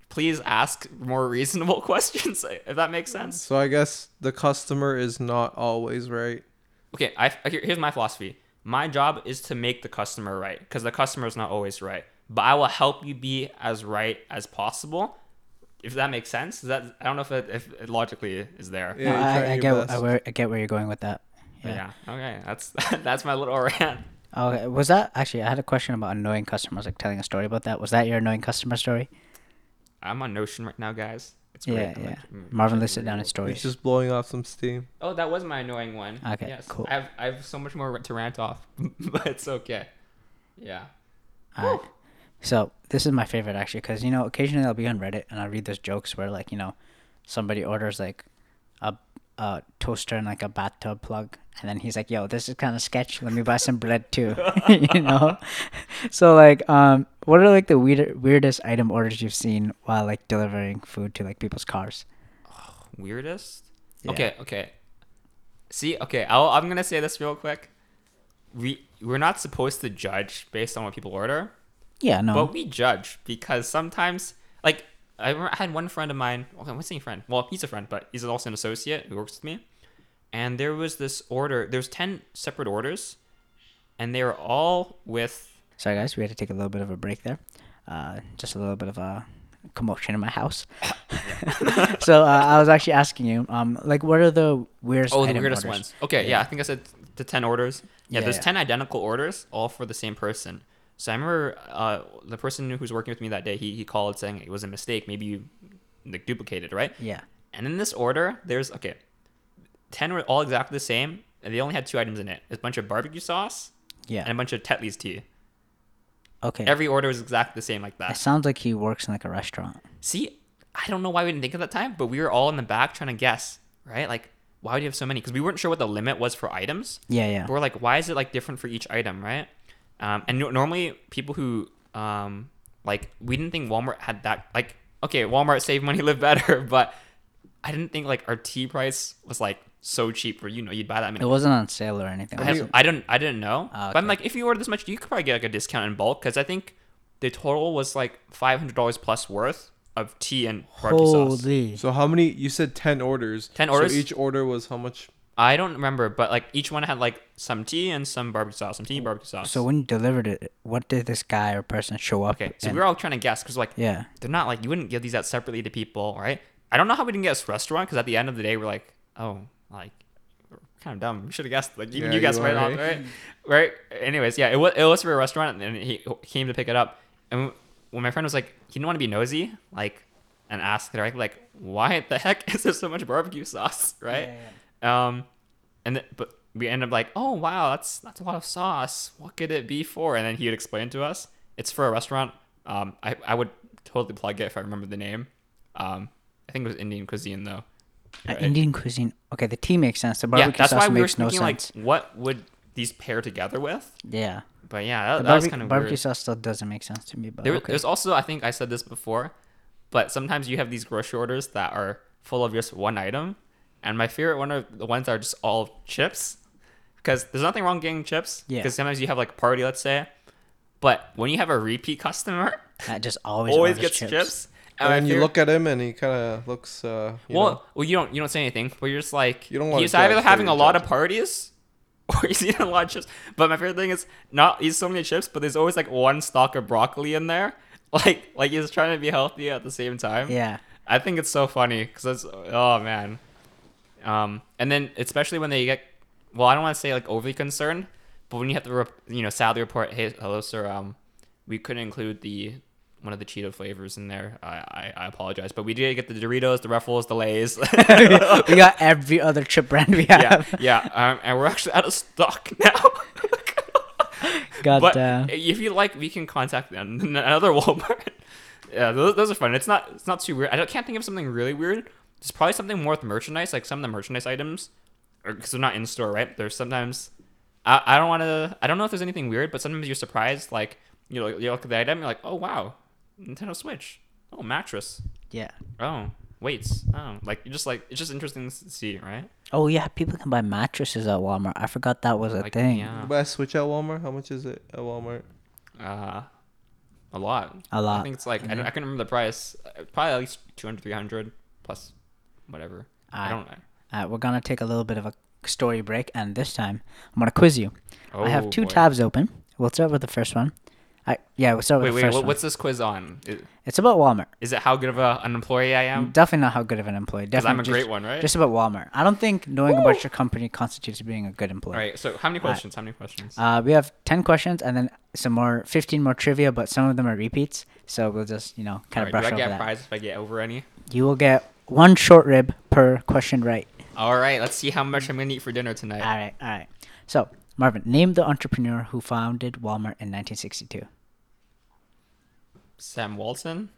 please ask more reasonable questions. If that makes sense.
So I guess the customer is not always right.
Mm-hmm.
Okay, I here- here's my philosophy. My job is to make the customer right because the customer is not always right. But I will help you be as right as possible. If that makes sense. Is that I don't know if it, if it logically is there.
Yeah,
No,
you're
I,
trying
I
your
get
best.
I, where, I get where you're going with that.
But Oh, yeah. Okay. That's that's my little rant.
Okay, was that actually? I had a question about annoying customers, like telling a story about that. Was that your annoying customer story?
I'm on Notion right now, guys. It's great.
Yeah,
I'm
yeah.
like, mm,
Marvin listed down his
He's
stories.
just blowing off some steam.
Oh, that was my annoying one.
Okay,
Yes.
cool.
I have, I have so much more to rant off, but it's okay. Yeah.
Alright. So this is my favorite actually, because you know occasionally I'll be on Reddit and I read those jokes where like you know, somebody orders like a a toaster and like a bathtub plug, and then he's like, "Yo, this is kind of sketch. Let me buy some bread too." you know. so like, um, what are like the weird weirdest item orders you've seen while like delivering food to like people's cars?
weirdest
Yeah.
okay okay see okay I'll, i'm gonna say this real quick we we're not supposed to judge based on what people order
Yeah, no.
but we judge because sometimes like i, remember I had one friend of mine okay i'm not saying friend well he's a friend but he's also an associate who works with me and there was this order there's 10 separate orders and they were all with
Sorry, guys, we had to take a little bit of a break there. Uh, just a little bit of a commotion in my house. so uh, I was actually asking you, um, like, what are the weirdest?
Oh, the
item
weirdest
orders?
ones. Okay, yeah. I think I said the ten orders. Yeah,
Yeah,
there's
yeah.
ten identical orders, all for the same person. So I remember uh, the person who was working with me that day. He, he called saying it was a mistake. Maybe you like duplicated, right?
Yeah,
And in this order, there's okay, ten were all exactly the same, and they only had two items in it: a bunch of barbecue sauce and a
yeah.
bunch of Tetley's tea.
Okay.
Every order was exactly the same like
it
that.
sounds like he works in like a restaurant.
See, I don't know why we didn't think of that time, but we were all in the back trying to guess, right? Like, why would you have so many? Because we weren't sure what the limit was for items.
Yeah, yeah.
But we're like, why is it like different for each item, right? Um, and no- normally people who um, like we didn't think Walmart had that. Like, okay, Walmart save money, live better, but I didn't think like our tea price was like so cheap where you know you'd buy that
It
many.
wasn't on sale or anything.
I,
was
had-
it?
I don't. I didn't know.
Ah,
But I'm
okay.
like, if you order this much, you could probably get like a discount in bulk because I think the total was like five hundred dollars plus worth of tea and barbecue sauce.
Holy.
So how many? You said ten orders.
10
So
orders?
each order was how much?
I don't remember, but like each one had like some tea and some barbecue sauce, some tea, barbecue sauce.
So when you delivered it, what did this guy or person show up?
okay, so
in?
we were all trying to guess because like
yeah.
they're not like you wouldn't give these out separately to people, right? I don't know how we didn't guess restaurant because at the end of the day we're like, oh, like we're kind of dumb. We should have guessed. Like even
Yeah,
you guessed
you
right
are,
off, right? Right. Anyways, yeah, it was it was for a restaurant, and he came to pick it up, and when my friend was like, he didn't want to be nosy, like, and ask directly, like, why the heck is there so much barbecue sauce, right? Um, and th- but we end up like, oh wow, that's that's a lot of sauce. What could it be for? And then he would explain to us, It's for a restaurant. Um, I, I would totally plug it if I remember the name. Um, I think it was Indian cuisine though.
Uh, Indian cuisine. Okay, the tea makes sense. The
yeah,
barbecue
that's
sauce
why we were
makes no
thinking like,
sense.
what would these pair together with?
yeah,
But yeah, that,
the
that was
barbe-
kind of
barbecue
weird.
sauce still doesn't make sense to me. But
There,
okay.
There's also, I think I said this before, but sometimes you have these grocery orders that are full of just one item, and my favorite one are the ones that are just all chips, because there's nothing wrong getting chips.
Yeah.
Because sometimes you have like a party, let's say, but when you have a repeat customer,
that just always
always
orders
gets chips.
And
my
then you
favorite-
look at him and he kind of looks. Uh, you
well,
know,
well, you don't you don't say anything, but you're just like
You don't wanna
He's either
judge, but
having
you're
a lot of
judging.
parties, or he's eating a lot of chips. But my favorite thing is not he's so many chips, but there's always like one stalk of broccoli in there. Like like he's trying to be healthy at the same time.
Yeah,
I think it's so funny because that's oh man, um, and then especially when they get well, I don't want to say like overly concerned, but when you have to rep, you know sadly report, hey, hello sir, um, we couldn't include the one of the Cheeto flavors in there. I I, I apologize, but we did get the Doritos, the Ruffles, the Lay's.
we got every other chip brand we
yeah,
have.
yeah, um, and we're actually out of stock now. Oh
God uh,
but
damn.
if you like, we can contact them. Another Walmart. yeah, those, those are fun. It's not it's not too weird. I don't, can't think of something really weird. There's probably something more with merchandise, like some of the merchandise items, because they're not in store, right? There's sometimes I, I don't want to. I don't know if there's anything weird, but sometimes you're surprised. Like you know, you look at the item, you're like, oh wow, Nintendo Switch. Oh mattress.
yeah.
Oh weights. Oh like you're just like it's just interesting to see, right?
Oh yeah, people can buy mattresses at Walmart. I forgot that was a
Like
thing.
yeah.
you buy a Switch at Walmart. How much is it at Walmart?
Uh, a lot.
A lot. Mm-hmm.
I think it's like I, don't, I can remember the price. Uh, Probably at least 200, 300 plus whatever. I,
I-
don't.
Uh, we're gonna take a little bit of a story break, and this time I'm gonna quiz you. I
Oh,
have two
boy.
tabs open. We'll start with the first one. I yeah, we'll start
Wait,
with the
wait.
first
What,
one.
what's this quiz on? I- Is,
It's about Walmart.
it how good of a, an employee I am?
Definitely not how good of an employee. Definitely
Um, I'm a
just-
great one, right?
Just about Walmart. I don't think knowing about your company constitutes being a good employee.
All right. So how many questions? How many questions?
Uh, we have ten questions and then some more, fifteen more trivia, but some of them are repeats. So we'll just you know
All
kind
right,
of
do
brush
I
over
get
that.
prizes if I get over any?
You will get one short rib per question right.
All right. Let's see how much I'm gonna eat for dinner tonight.
All right, all right. So Marvin, name the entrepreneur who founded Walmart in 1962.
Sam Walton.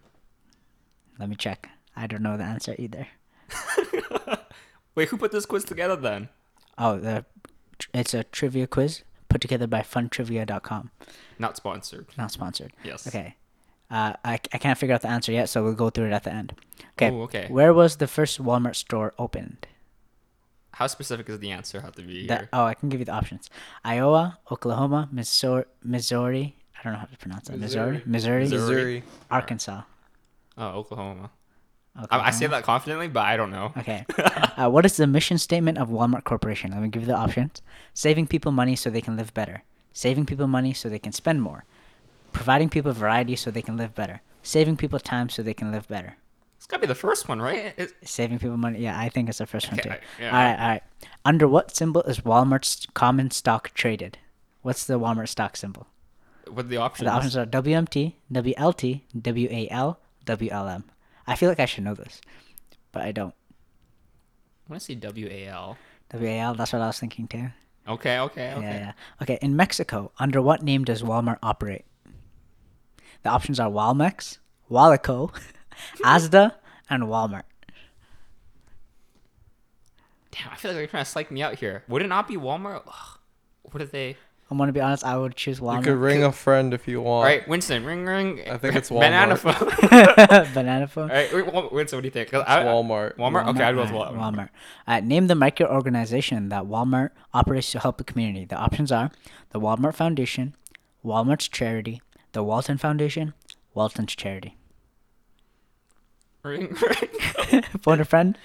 Let me check. I don't know the answer either.
Wait, who put this quiz together then?
Oh, the it's a trivia quiz put together by funtrivia.com.
Not sponsored.
Not sponsored.
Yes.
Okay. Uh, I, I can't figure out the answer yet, so we'll go through it at the end. Okay.
Ooh, okay.
Where was the first Walmart store opened?
How specific does the answer have to be here?
That- oh, I can give you the options: Iowa, Oklahoma, Missouri, Missouri. I don't know how to pronounce that. Missouri, Missouri,
Missouri.
Arkansas.
oh, Oklahoma. I, I
Oklahoma.
say that confidently, but I don't know.
Okay. uh, what is the mission statement of Walmart Corporation? Let me give you the options: saving people money so they can live better, saving people money so they can spend more, providing people variety so they can live better, saving people time so they can live better.
It's gotta be the first one, right? It-
Saving people money. Yeah, I think it's the first one too.
Okay, yeah.
All right, all right. Under what symbol is Walmart's common stock traded? What's the Walmart stock symbol?
What are the options?
The options are WMT, WLT, WAL, WLM. I feel like I should know this, but I don't.
I want to see W A L.
WAL, that's what I was thinking too.
Okay, okay, okay.
Yeah, yeah. Okay, in Mexico, under what name does Walmart operate? The options are Walmex, Walico, Asda, and Walmart.
Damn, I feel like they're trying to psych me out here. Would it not be Walmart? Ugh. What are they?
I'm gonna be honest, I would choose
You
Walmart.
could ring a friend if you want.
All right, Winston, ring, ring.
I think it's
Banana
Walmart.
phone.
Banana phone.
All right, wait, Wal- Winston, what do you think? 'Cause I-
Walmart.
Walmart? Okay, I'd go with
Alright,
Walmart.
Walmart. Uh, name the microorganization that Walmart operates to help the community. The options are the Walmart Foundation, Walmart's Charity, the Walton Foundation, Walton's Charity.
Ring, ring.
Phone a friend.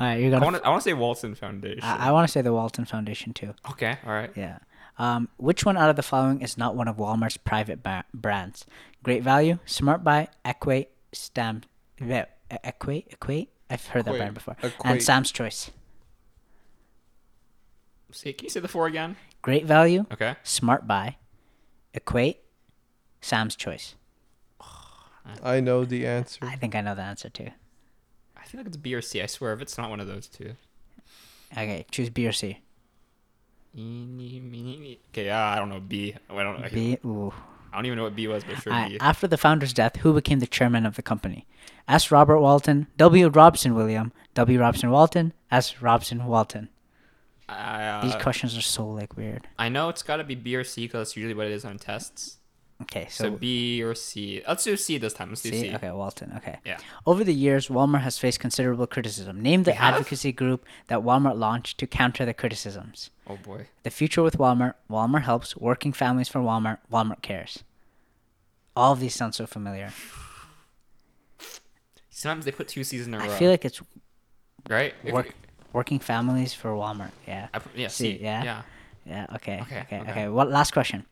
All right, you're
I
gonna.
want to I wanna say Walton Foundation.
I, want to say the Walton Foundation too.
okay, all right.
Yeah. Um, which one out of the following is not one of Walmart's private ba- brands? Great Value, Smart Buy, Equate, Stam, Ve- Equate, Equate. I've heard that
Equate,
brand before.
Equate.
And Sam's Choice.
See, can you say the four again?
Great Value,
Okay.
Smart Buy, Equate, Sam's Choice.
I know the answer.
Mm-hmm.
I think I know the answer too.
I feel like it's B or C. I swear, if it's not one of those two.
Okay, choose B or C.
E, Okay, yeah, I don't know. B. I don't know.
B. Ooh,
I don't even know what B was, but sure
Uh,
B.
after the founder's death, who became the chairman of the company? S. Robert Walton, W. Robson William, W. Robson Walton, S. Robson Walton. These
Uh,
questions are so like weird.
I know it's got to be B or C because that's usually what it is on tests.
Okay,
So,
so,
B or C. Let's do C this time. Let's do
see,
C.
okay, Walton, okay.
Yeah.
Over the years, Walmart has faced considerable criticism. Name the
have?
advocacy group that Walmart launched to counter the criticisms.
Oh boy.
The future with Walmart, Walmart helps, working families for Walmart, Walmart cares. All of these sound so familiar.
Sometimes they put two C's in a row.
I feel like it's
right. If
work,
we-
working families for Walmart. Yeah.
I put, yeah.
See,
C.
yeah.
Yeah.
Yeah. Okay. Okay.
Okay,
Okay.
okay.
What last question?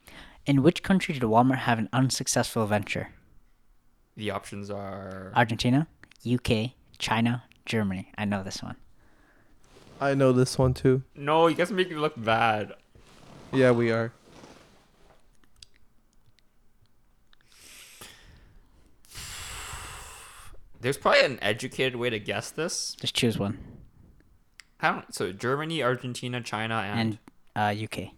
In which country did Walmart have an unsuccessful venture?
The options are.
Argentina, UK, China, Germany. I know this one.
I know this one too.
No, you guys make me look bad.
Yeah, we are.
There's probably an educated way to guess this.
Just choose one.
I don't. So Germany, Argentina, China, and,
And uh, UK.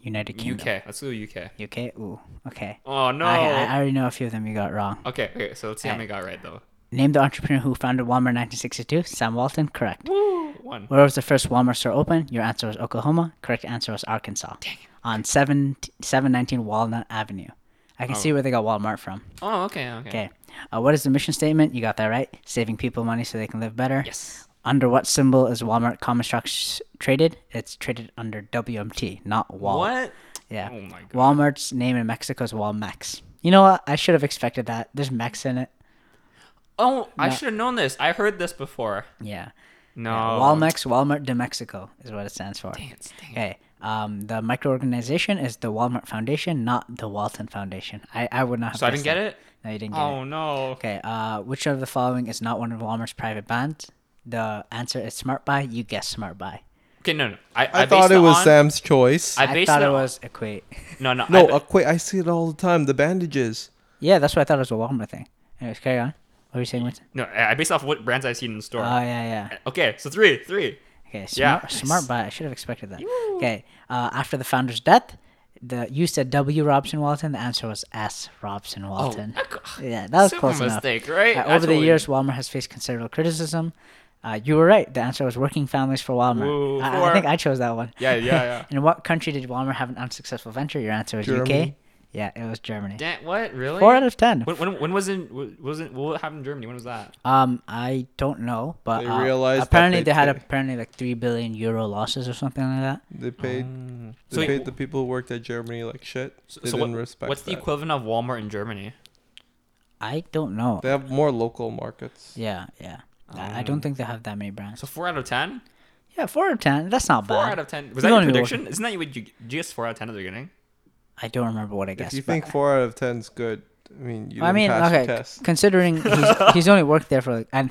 United Kingdom.
UK. Let's go UK.
UK. Ooh. Okay.
Oh no.
I, I I already know a few of them you got wrong.
okay. Okay. So let's see how many I got right though.
Name the entrepreneur who founded Walmart in 1962. Sam Walton. Correct.
Woo! One.
Where was the first Walmart store open? Your answer was Oklahoma. Correct answer was Arkansas. On 7, 719 Walnut Avenue. I can see where they got Walmart from.
Oh, okay. Okay.
Okay. Uh, what is the mission statement? You got that right. Saving people money so they can live better.
Yes.
Under what symbol is Walmart common stock sh- traded? It's traded under WMT, not Wal.
What?
Yeah.
Oh my god.
Walmart's name in Mexico is Walmex. You know what? I should have expected that. There's Mex in it.
oh, I should have known this. I heard this before.
Yeah.
No.
Walmex, Walmart de Mexico is what it stands for.
Dang it, dang it.
Okay. Um, the microorganization is the Walmart Foundation, not the Walton Foundation. I, I would not have
So I didn't
guessed
get
that.
it.
No, you didn't get it.
Oh no.
Okay, uh, which of the following is not one of Walmart's private bands? The answer is Smart Buy. You guess Smart Buy.
Okay, no, no. I,
I,
I,
thought
based
it was
on,
Sam's choice.
I
I,
based
thought
it
it
on-
was Equate.
No, no.
no,
I,
uh, quit. I see it all the time. The bandages.
yeah, that's what I thought it was a Walmart thing. Anyways, carry on. What were you saying, Winston?
no. I based off what brands I've seen in the store.
Oh, yeah, yeah.
okay, so three, three.
Okay,
Yeah,
Smart, smart Buy. I should have expected that. Okay, uh, after the founder's death, the you said W. Robson Walton. The answer was S.
Oh,
Robson
Ah,
Walton. yeah, that was
Simple
close enough.
mistake, right?
Uh,
I
over the
totally-
years, Walmart has faced considerable criticism. Uh, you were right. The answer was working families for Walmart.
Woo,
I- I
four.
think I chose that one.
Yeah, yeah, yeah.
In what country did Walmart have an unsuccessful venture? Your answer was UK.
Germany.
Yeah, it was Germany.
Damn, what really?
Four out of ten.
When, when, when was in was it what happened in Germany? When was that?
Um, I don't know, but
They
uh,
realized that
apparently
they
they, had
did.
apparently like three billion euro losses or something like that.
They paid.
So
They
wait,
paid
wh-
the people who worked at Germany like shit. They
so
didn't
what-
respect
what's the
that.
equivalent of Walmart in Germany?
I don't know.
They have more local markets.
Yeah, yeah. I I
Mm.
don't think they have that many brands.
So four out of ten.
yeah, four out of ten. That's not
Four
bad.
out of ten.
You
Was that your
don't need to work-
prediction? Isn't that what you guess? Four out of ten at the beginning.
I don't remember what I
If
guessed.
you
but-
think four out of ten's good, I mean, you didn't
I mean,
pass
okay,
the
c-
test.
considering he's, he's only worked there for like, and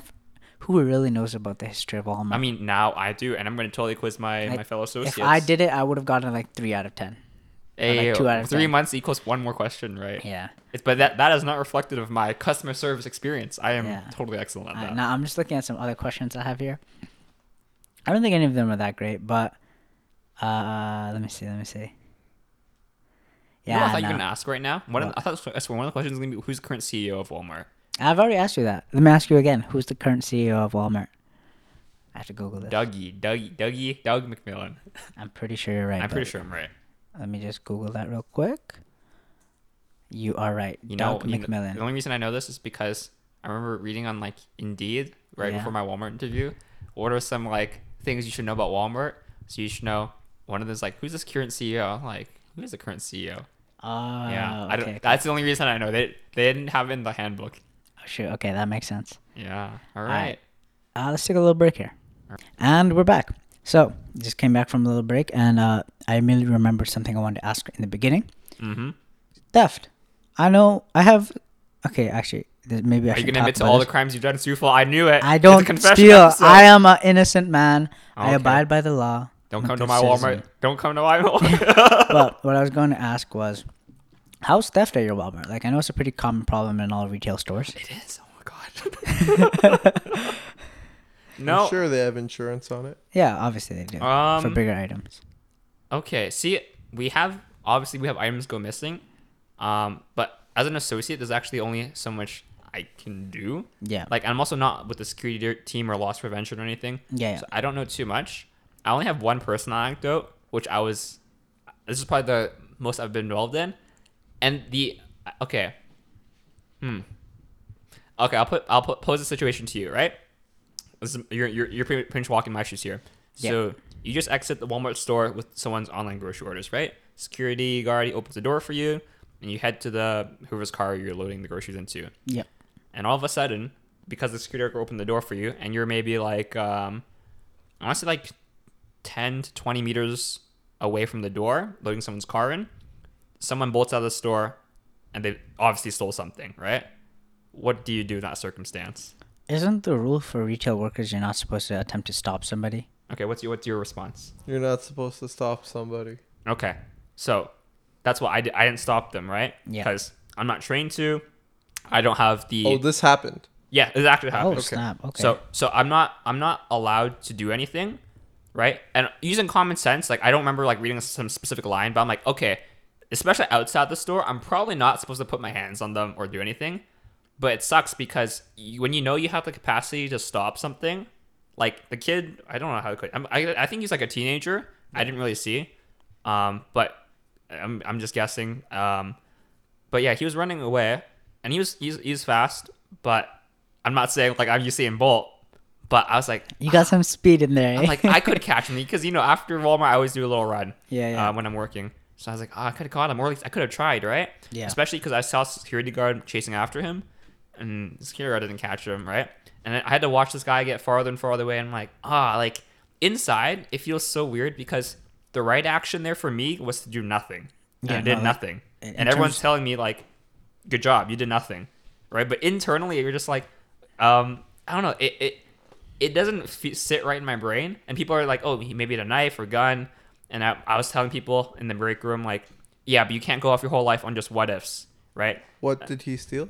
who really knows about the history of Walmart?
I mean, now I do, and I'm going to totally quiz my,
Like,
my fellow associates.
if Mm. I did it, I would have gotten like three out of ten.
a
like, two out of
three
10.
months equals one more question, right?
Yeah.
It's, but that that is not reflective of my customer service experience. I am
Yeah.
totally excellent at
Uh,
that.
now I'm just looking at some other questions I have here. I don't think any of them are that great, but uh, let me see, let me see.
You know what
Yeah,
I thought you were
no.
gonna ask right now. One of, the- I thought that's one of the questions was gonna be who's the current CEO of Walmart.
I've already asked you that. Let me ask you again. Who's the current CEO of Walmart? I have to Google this.
Dougie, Dougie, Dougie, Doug McMillan.
I'm pretty sure you're right.
I'm pretty
buddy.
sure I'm right.
Let me just Google that real quick. You are right.
You know,
Doug
you know-
McMillan.
the only reason I know this is because I remember reading on like Indeed right
Yeah.
before my Walmart interview. What are some like things you should know about Walmart? So you should know one of those like who's this current CEO? I'm like who is the current CEO?
oh,
yeah,
okay.
I don't.
okay.
That's the only reason I know they they didn't have it in the handbook.
Oh, shoot. Okay, that makes sense.
Yeah. All
right.
right.
Uh, let's take a little break here. And we're back. So, just came back from a little break, and uh, I immediately remembered something I wanted to ask in the beginning. Mm-hmm. Theft. I know I have. Okay, actually, th- maybe I
Are you
should
gonna
talk
admit to
about
all
this.
the crimes you've done, Sufal? I knew it.
I
It's a
don't
confession
steal.
episode.
I am an innocent man. I
Okay.
abide by the law.
Don't
I'm a
come to
good
my
citizen.
Walmart. Don't come to my Walmart.
but what I was going to ask was, how's theft at your Walmart? Like, I know it's a pretty common problem in all retail stores.
it is. Oh my god. no.
I'm sure they have insurance on it.
Yeah, obviously they do for
Um,
bigger items.
Okay. See, we have Obviously, we have items go missing, um, but as an associate, there's actually only so much I can do.
Yeah.
Like I'm also not with the security de- team or loss prevention or anything.
Yeah, yeah.
So I don't know too much. I only have one personal anecdote, which I was. This is probably the most I've been involved in, and the okay. Hmm. Okay, I'll put I'll put, pose a situation to you, right? This is, you're, you're you're pretty pretty much walking my shoes here.
Yeah.
So you just exit the Walmart store with someone's online grocery orders, right? Security guard opens the door for you, and you head to the whoever's car you're loading the groceries into
Yep.
and all of a sudden, because the security guard opened the door for you, and you're maybe like, um, I want to say like 10 to 20 meters away from the door, loading someone's car in, someone bolts out of the store, and they obviously stole something, right? What do you do in that circumstance?
Isn't the rule for retail workers you're not supposed to attempt to stop somebody?
Okay, what's your what's your response?
You're not supposed to stop somebody.
Okay. So that's what I did. I didn't stop them, right?
Yeah.
Because I'm not trained to. I don't have the.
Oh, this happened.
yeah, it actually
Oh
happened.
snap! Okay.
Ah, So so I'm not I'm not allowed to do anything, right? And using common sense, like I don't remember like reading some specific line, but I'm like, okay, especially outside the store, I'm probably not supposed to put my hands on them or do anything. But it sucks because you, when you know you have the capacity to stop something, like the kid, I don't know how. Could, I'm, I I think he's like a teenager. I didn't really see, um, but I'm I'm just guessing. Um, but yeah, he was running away, and he was he's he's fast. But I'm not saying like I'm Usain Bolt, but I was like,
you got some speed in there.
I'm
eh?
like ah, I could catch him because you know after Walmart I always do a little run.
Yeah, yeah.
Uh, when I'm working, so I was like, oh, I could have caught him, or at least I could have tried, right?
Yeah.
Especially because I saw security guard chasing after him, and the security guard didn't catch him, right? And I had to watch this guy get farther and farther away. And I'm like, ah, like inside it feels so weird because the right action there for me was to do nothing, and
Yeah,
I did
no, that-
nothing,
in- in
and everyone's
terms-
telling me like, good job, you did nothing, right? But internally you're just like, um, I don't know, it. it it doesn't f- sit right in my brain. And people are like, oh, he maybe had a knife or gun. And I, I was telling people in the break room, like, yeah, but you can't go off your whole life on just what ifs, right?
What did he steal?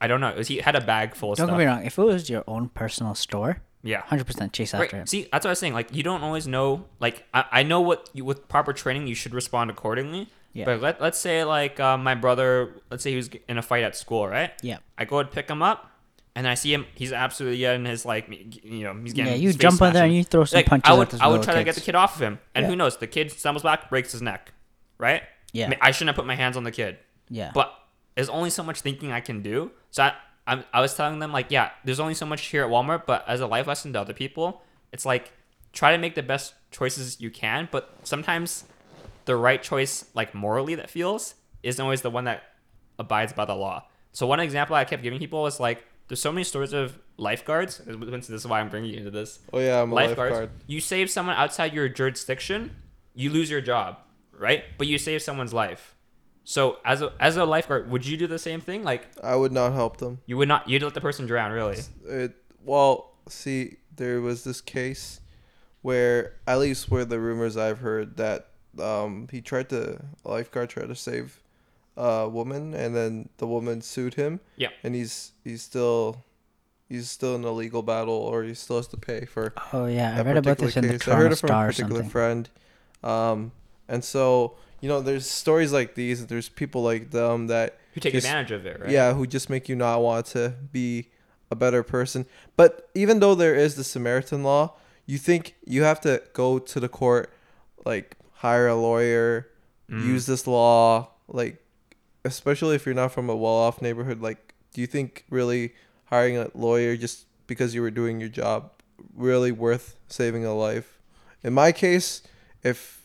I don't know. It was, he had a bag full of
Don't
stuff.
get me wrong. If it was your own personal store,
Yeah.
hundred percent chase after him.
Right. See, that's what I was saying. Like, you don't always know. Like, I, I know what you with proper training you should respond accordingly.
Yeah.
But let let's say like uh, my brother, let's say he was in a fight at school, right?
Yeah.
I go and pick him up, and I see him. He's absolutely in his like, you know, he's getting.
Yeah, you
his face
jump on there
smashed
and you throw some
like,
punches
I
at
would,
those
I would
little
try to get the
kids.
kid off of him, and
Yeah.
who knows? The kid stumbles back, breaks his neck, right?
Yeah.
Ma- I shouldn't have put my hands on the kid.
Yeah.
But there's only so much thinking I can do. So I, I'm, I was telling them like, yeah, there's only so much here at Walmart. But as a life lesson to other people, it's like try to make the best choices you can. But sometimes the right choice, like morally, that feels isn't always the one that abides by the law. So one example I kept giving people was like, there's so many stories of lifeguards. This is why I'm bringing you into this
Oh yeah, I'm a
lifeguards.
lifeguard.
You save someone outside your jurisdiction, you lose your job, right? But you save someone's life. So as a as a lifeguard, would you do the same thing? Like
I would not help them.
you would not, you'd let the person drown, really?
It well, see, there was this case where at least where the rumors I've heard that um he tried to a lifeguard tried to save a woman and then the woman sued him.
Yeah.
And he's he's still he's still in a legal battle or he still has to pay for
oh yeah, I
that
read about
particular
this in the
case.
Toronto
I heard it from
Star
a
or
particular
something.
friend. Um, and so you know, there's stories like these. and There's people like them that
Who take
just-
advantage of it, right?
Yeah, who just make you not want to be a better person. But even though there is the Samaritan law, you think you have to go to the court, like hire a lawyer,
Mm.
use this law, like especially if you're not from a well-off neighborhood. Like, do you think really hiring a lawyer just because you were doing your job really worth saving a life? In my case, if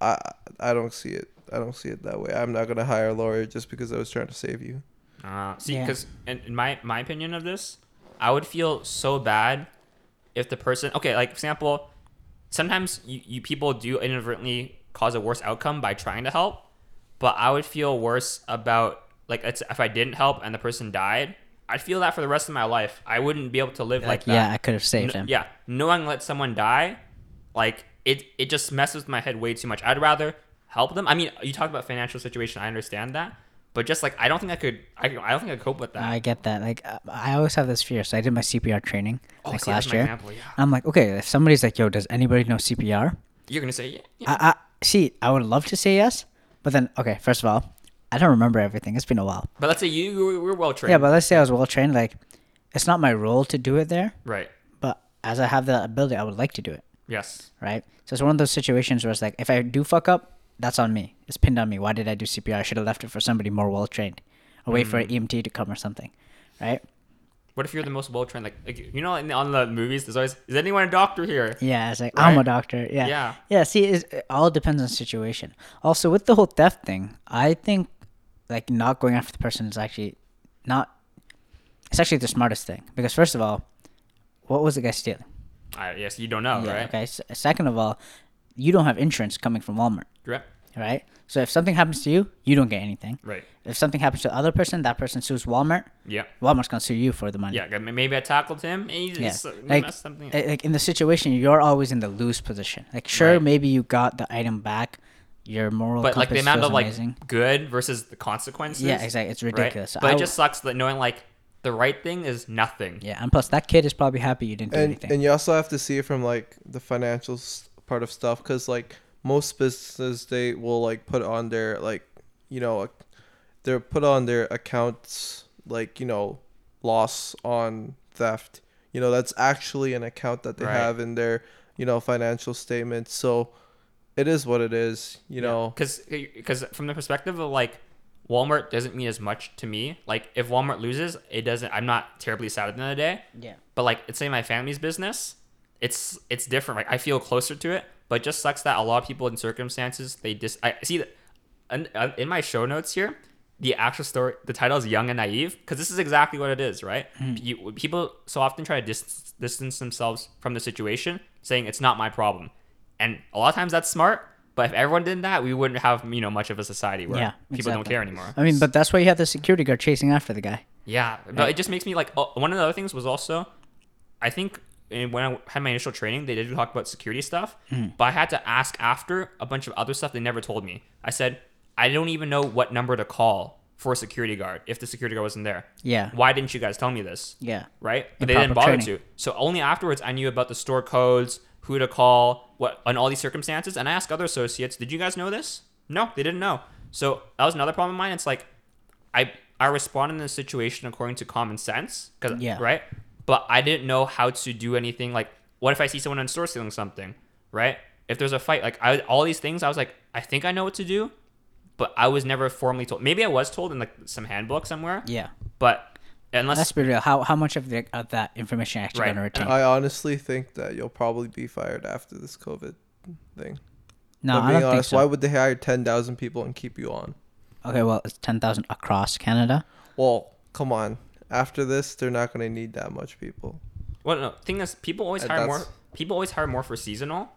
I I don't see it. I don't see it that way. I'm not gonna hire a lawyer just because I was trying to save you.
Uh, see,
Yeah.
because in, in my my opinion of this, I would feel so bad if the person. Okay, like for example, sometimes you, you people do inadvertently cause a worse outcome by trying to help, but I would feel worse about like it's, if I didn't help and the person died. I'd feel that for the rest of my life. I wouldn't be able to live like,
Like
that.
yeah, I could have saved
Kn-
him.
Yeah, knowing let someone die, like it it just messes with my head way too much. I'd rather help them. I mean, you talk about financial situation. I understand that, but just like I don't think I could. I, I don't think I could cope with that.
I get that. Like uh, I always have this fear. So I did my CPR training
Oh,
like
see, that's
last
my
year.
example, yeah.
I'm like, okay, if somebody's like, yo, does anybody know CPR?
You're gonna say yeah. yeah.
I, I see. I would love to say yes, But then, okay, first of all, I don't remember everything. It's been a while.
But let's say you you were well trained.
Yeah, but let's say I was well trained. Like, it's not my role to do it there,
right.
but as I have that ability, I would like to do it,
Yes.
right? So it's one of those situations where it's like, if I do fuck up, that's on me. It's pinned on me. Why did I do CPR? I should have left it for somebody more well trained, or wait for
Mm.
an EMT to come or something, right?
What if you're the most well trained? Like, like you know, in the, on the movies, there's always is anyone a doctor here?
Yeah, it's like I'm a
Right?
doctor. Yeah,
Yeah.
yeah. See, it's, it all depends on the situation. Also, with the whole theft thing, I think like not going after the person is actually not. It's actually the smartest thing because first of all, what was the guy stealing?
I, yes, you don't know,
Yeah,
right?
Okay. S- second of all, you don't have insurance coming from Walmart,
Right.
right? So if something happens to you, you don't get anything.
Right.
If something happens to the other person, that person sues Walmart.
Yeah.
Walmart's gonna sue you for the money.
Yeah. m- Maybe I tackled him and he
Yeah.
just uh,
Like,
messed something. up.
uh, like in the situation, you're always in the lose position. Like sure,
Right.
maybe you got the item back, your moral
but like the
compass
amount
feels
of like
amazing.
good versus the consequences.
Yeah, exactly. It's
right?
ridiculous.
But
I
it
w-
just sucks that knowing like the right thing is nothing.
yeah, and plus that kid is probably happy you didn't do
and
anything.
and you also have to see it from like the financial s- part of stuff because like most businesses they will like put on their like you know ac- they're put on their accounts like you know loss on theft you know that's actually an account that they
Right.
have in their you know financial statements so it is what it is you know
because because from the perspective of like Walmart doesn't mean as much to me. Like if Walmart loses, it doesn't. I'm not terribly sad at the end of the day.
Yeah.
But like it's in my family's business. It's it's different. Like I feel closer to it, but it just sucks that a lot of people in circumstances they just I see that and, uh, in my show notes here the actual story the title is young and naive because this is exactly what it is right
Hmm.
you, people so often try to distance, distance themselves from the situation saying it's not my problem and a lot of times that's smart but if everyone did that we wouldn't have you know much of a society where
yeah,
people don't
exactly.
care anymore
I mean, but that's why you have the security guard chasing after the guy.
yeah, but it just makes me like. Oh, one of the other things was also, I think eh, when I had my initial training, they did talk about security stuff, but I had to ask after a bunch of other stuff they never told me. I said, I don't even know what number to call for a security guard if the security guard wasn't there.
Yeah.
Why didn't you guys tell me this?
Yeah.
Right?
The
But they didn't
proper
bother
training.
to. So only afterwards I knew about the store codes, who to call, what on all these circumstances. And I asked other associates, did you guys know this? No, they didn't know. So that was another problem of mine. It's like I I responded in the situation according to common sense, cause
Yeah.
right. But I didn't know how to do anything. Like, what if I see someone in store stealing something, right? If there's a fight, like I all these things, I was like, I think I know what to do, but I was never formally told. Maybe I was told in like some handbook somewhere.
Yeah.
But unless
Let's be real. How how much of, the, of that information actually
Right.
gonna retain?
i honestly think that you'll probably be fired after this covid thing
no,
If I'm
I don't
being honest
think so.
why would they hire 10,000 people and keep you on
okay, well, it's ten thousand across Canada.
Well, come on. After this, they're not going to need that much people.
Well, no. Thing is, people always
Uh,
hire more.
that's-
People always hire more for seasonal,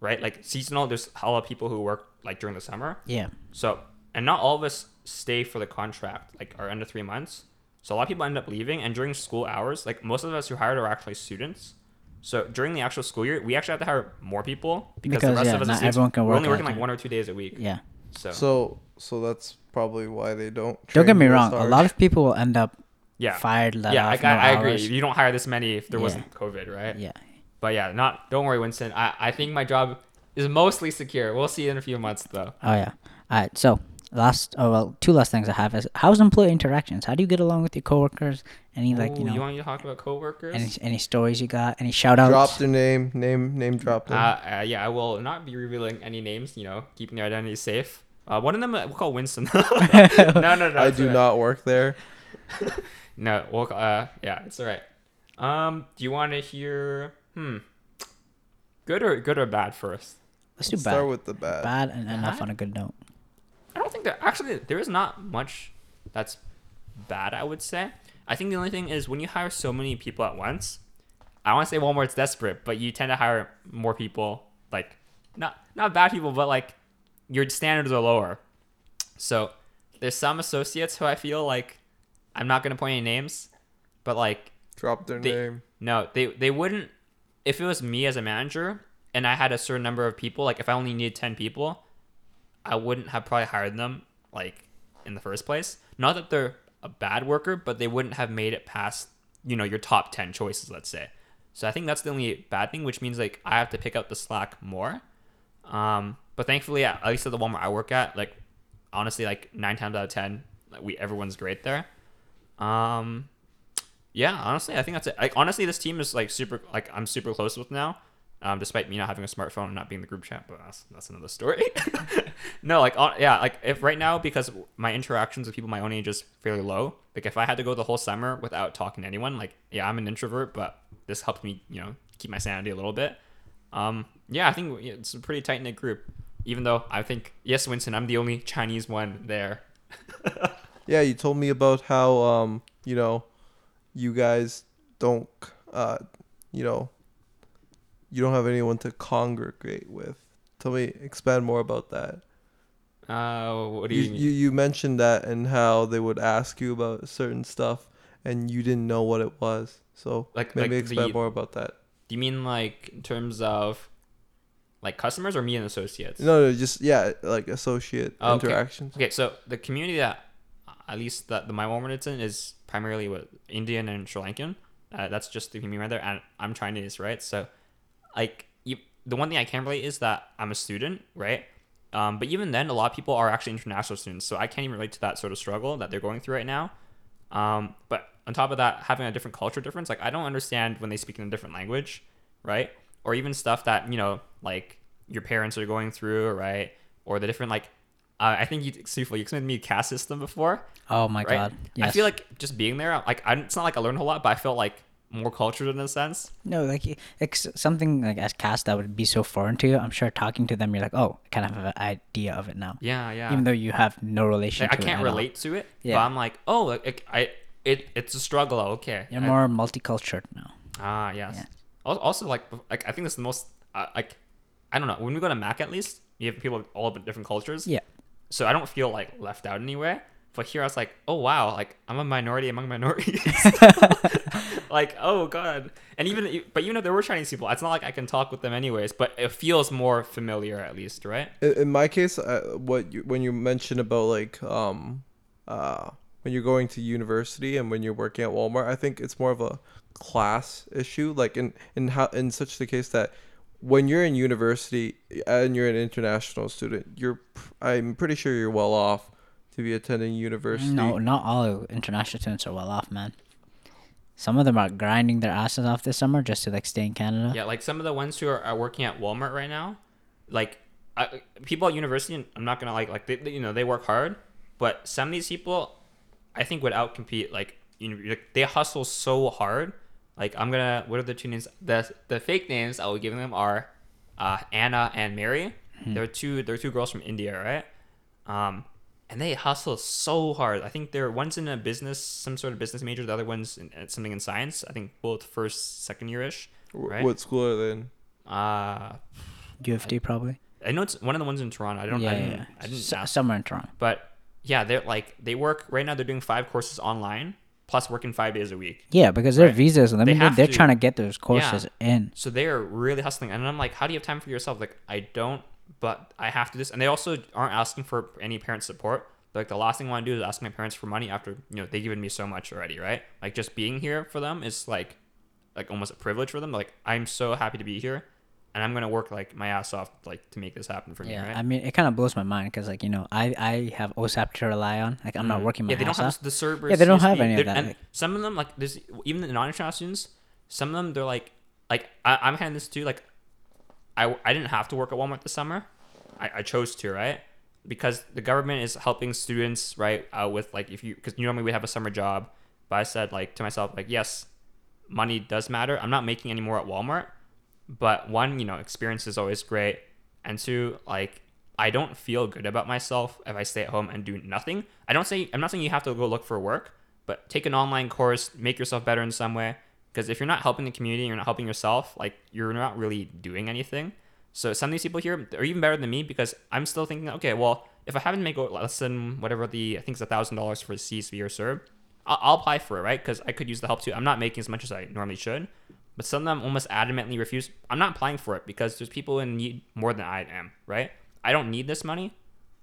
right? Like seasonal, there's a lot of people who work like during the summer.
Yeah.
So, and not all of us stay for the contract, like are under three months. So a lot of people end up leaving, and during school hours, like most of us who hired are actually students. So during the actual school year, we actually have to hire more people because, the
Because,
rest
yeah,
of us
not
are students.
everyone can
We're
work
only
all
working
the
like
time.
one or two days a week.
Yeah.
So,
So, so that's probably why they don't.
Don't get
train
me
you as
wrong. A
hard.
lot of people will end up
yeah,
fired. Let
yeah, I,
off,
I,
no
I agree.
hours.
You don't hire this many if there
Yeah.
wasn't COVID, right?
Yeah.
But yeah, not don't worry, Winston. I, I think my job is mostly secure. We'll see you in a few months though.
Oh yeah. All right. So last, oh well, two last things I have is how's employee interactions? How do you get along with your coworkers? Any like you
Ooh,
know
want me to talk about coworkers?
any any stories you got? Any shout outs?
drop their name, name, name, drop
uh,
them.
uh, yeah, I will not be revealing any names. You know, keeping their identities safe. Uh, one of them uh, we'll call Winston. no, no, no.
I
it's
do
all right.
not work there.
No, we'll. ca- Uh, yeah, it's all right. Um, do you want to hear? Hmm. Good or good or bad first?
Let's do bad.
Start with the bad.
bad and end off
Bad?
on a good note.
I don't think there actually there is not much that's bad. I would say. I think the only thing is when you hire so many people at once. I want to say Walmart's desperate, but you tend to hire more people, like not not bad people, but like your standards are lower. So there's some associates who I feel like I'm not gonna point any names, but like
Drop their
they,
name.
No, they they wouldn't. If it was me as a manager and I had a certain number of people, like if I only needed ten people, I wouldn't have probably hired them like in the first place. Not that they're a bad worker, but they wouldn't have made it past you know your top ten choices, let's say. So I think that's the only bad thing, which means like I have to pick up the slack more. Um, but thankfully, at at least at the Walmart I work at, like honestly, like nine times out of ten, like, we everyone's great there. Um, yeah, honestly, I think that's it. Like, honestly, this team is like super. Like, I'm super close with now, um, despite me not having a smartphone and not being in the group chat. But that's, that's another story. no, like, on, yeah, like if right now because my interactions with people my own age is fairly low. Like, if I had to go the whole summer without talking to anyone, like, yeah, I'm an introvert, but this helps me, you know, keep my sanity a little bit. Um, yeah, I think it's a pretty tight knit group. Even though I think yes, Winston, I'm the only Chinese one there.
Yeah, you told me about how um, you know, you guys don't uh, you know, you don't have anyone to congregate with. Tell me expand more about that.
Uh, what do
You
you, mean?
you, you mentioned that and how they would ask you about certain stuff and you didn't know what it was. So
Like-
maybe
like
expand
the-
more about that.
Do you mean like in terms of like customers or me and associates?
No, no, just yeah, like associate
Oh, okay.
interactions.
Okay, so the community that uh, at least that the my woman it's in is primarily with Indian and Sri Lankan. Uh, that's just the community right there, and I'm Chinese, right? So, like, you, the one thing I can relate is that I'm a student, right? Um, but even then, a lot of people are actually international students, so I can't even relate to that sort of struggle that they're going through right now. Um, but on top of that, having a different culture difference, like I don't understand when they speak in a different language, right? Or even stuff that you know, like your parents are going through, right? Or the different like, uh, I think you Sufla, you explained to me caste system before,
Oh my
right?
god. Yes.
I feel like just being there, like I, it's not like I learned a whole lot, but I felt like more cultured in a sense.
no, like ex- something like as cast that would be so foreign to you. I'm sure talking to them, you're like, oh, I kind of have an idea of it now.
Yeah, yeah.
Even though you have no relation.
Like, I
to it
can't
at all.
relate to it, but
Yeah.
I'm like, oh, like, like, I it it's a struggle. Okay,
You're
I-
more multicultural now.
Ah, yes.
Yeah.
Al- Also, like, bef- like I think that's the most uh, like I don't know. When we go to Mac, at least you have people of all of different cultures.
Yeah.
So I don't feel like left out anywhere. But here I was like, oh wow, like I'm a minority among minorities. like oh god, and even but you know there were Chinese people. It's not like I can talk with them anyways, but it feels more familiar at least, right?
in, in my case uh, what you, when you mentioned about like um uh when you're going to university and when you're working at Walmart I think it's more of a class issue like in in how in such the case that when you're in university and you're an international student you're pr- I'm pretty sure you're well off to be attending university
No, not all international students are well off, man. Some of them are grinding their asses off this summer just to like stay in Canada.
Yeah, like some of the ones who are, are working at Walmart right now, like I, people at university. I'm not gonna like like they, they- you know they work hard, but some of these people, I think would outcompete like you know like, they hustle so hard. Like I'm gonna what are the two names? The the fake names I will give them are uh, Anna and Mary. They're two they're two girls from India, right? Um, and they hustle so hard. I think they're one's in a business, some sort of business major. The other one's in, something in science. I think both first second year ish.
W-
Right?
what school are they in
Uh,
U of T probably.
I know it's one of the ones in Toronto. I don't.
Yeah,
I
yeah,
didn't,
yeah.
I didn't
So-
ask.
somewhere in Toronto.
But yeah, they're like they work right now. They're doing five courses online, plus working five days a week.
Yeah, because their
Right.
visas
They
limited.
have
They are
to.
trying to get those courses in.
So they are really hustling, and I'm like, how do you have time for yourself? Like I don't, but I have to do this. And they also aren't asking for any parent support. Like the last thing I want to do is ask my parents for money after you know they've given me so much already, right? Like just being here for them is like, like almost a privilege for them. Like I'm so happy to be here, and I'm gonna work like my ass off like to make this happen for me.
Yeah,
right?
I mean, it kind of blows my mind because, like, you know, I, I have OSAP to rely on. Like, I'm not working my
Mm. yeah, they don't
ass
have
off.
the servers.
Yeah, they don't
CSP.
have any of
They're-
that.
And
like-
some of them, like there's even the non-international students. Some of them, they're like, like I, I'm having this too. Like, I I didn't have to work at Walmart this summer. I, I chose to right because the government is helping students right uh, with like if you because normally we have a summer job. But I said like to myself like yes, money does matter. I'm not making any more at Walmart, but one, you know, experience is always great, and two, like I don't feel good about myself if I stay at home and do nothing. I don't say I'm not saying you have to go look for work, but take an online course, make yourself better in some way. Because if you're not helping the community, you're not helping yourself. Like you're not really doing anything. So some of these people here are even better than me because I'm still thinking, okay, well, if I haven't made less than whatever the I think it's a thousand dollars for CSV or CERB, I'll, I'll apply for it, right? Because I could use the help too. I'm not making as much as I normally should, but some of them almost adamantly refuse. I'm not applying for it because there's people in need more than I am, right? I don't need this money,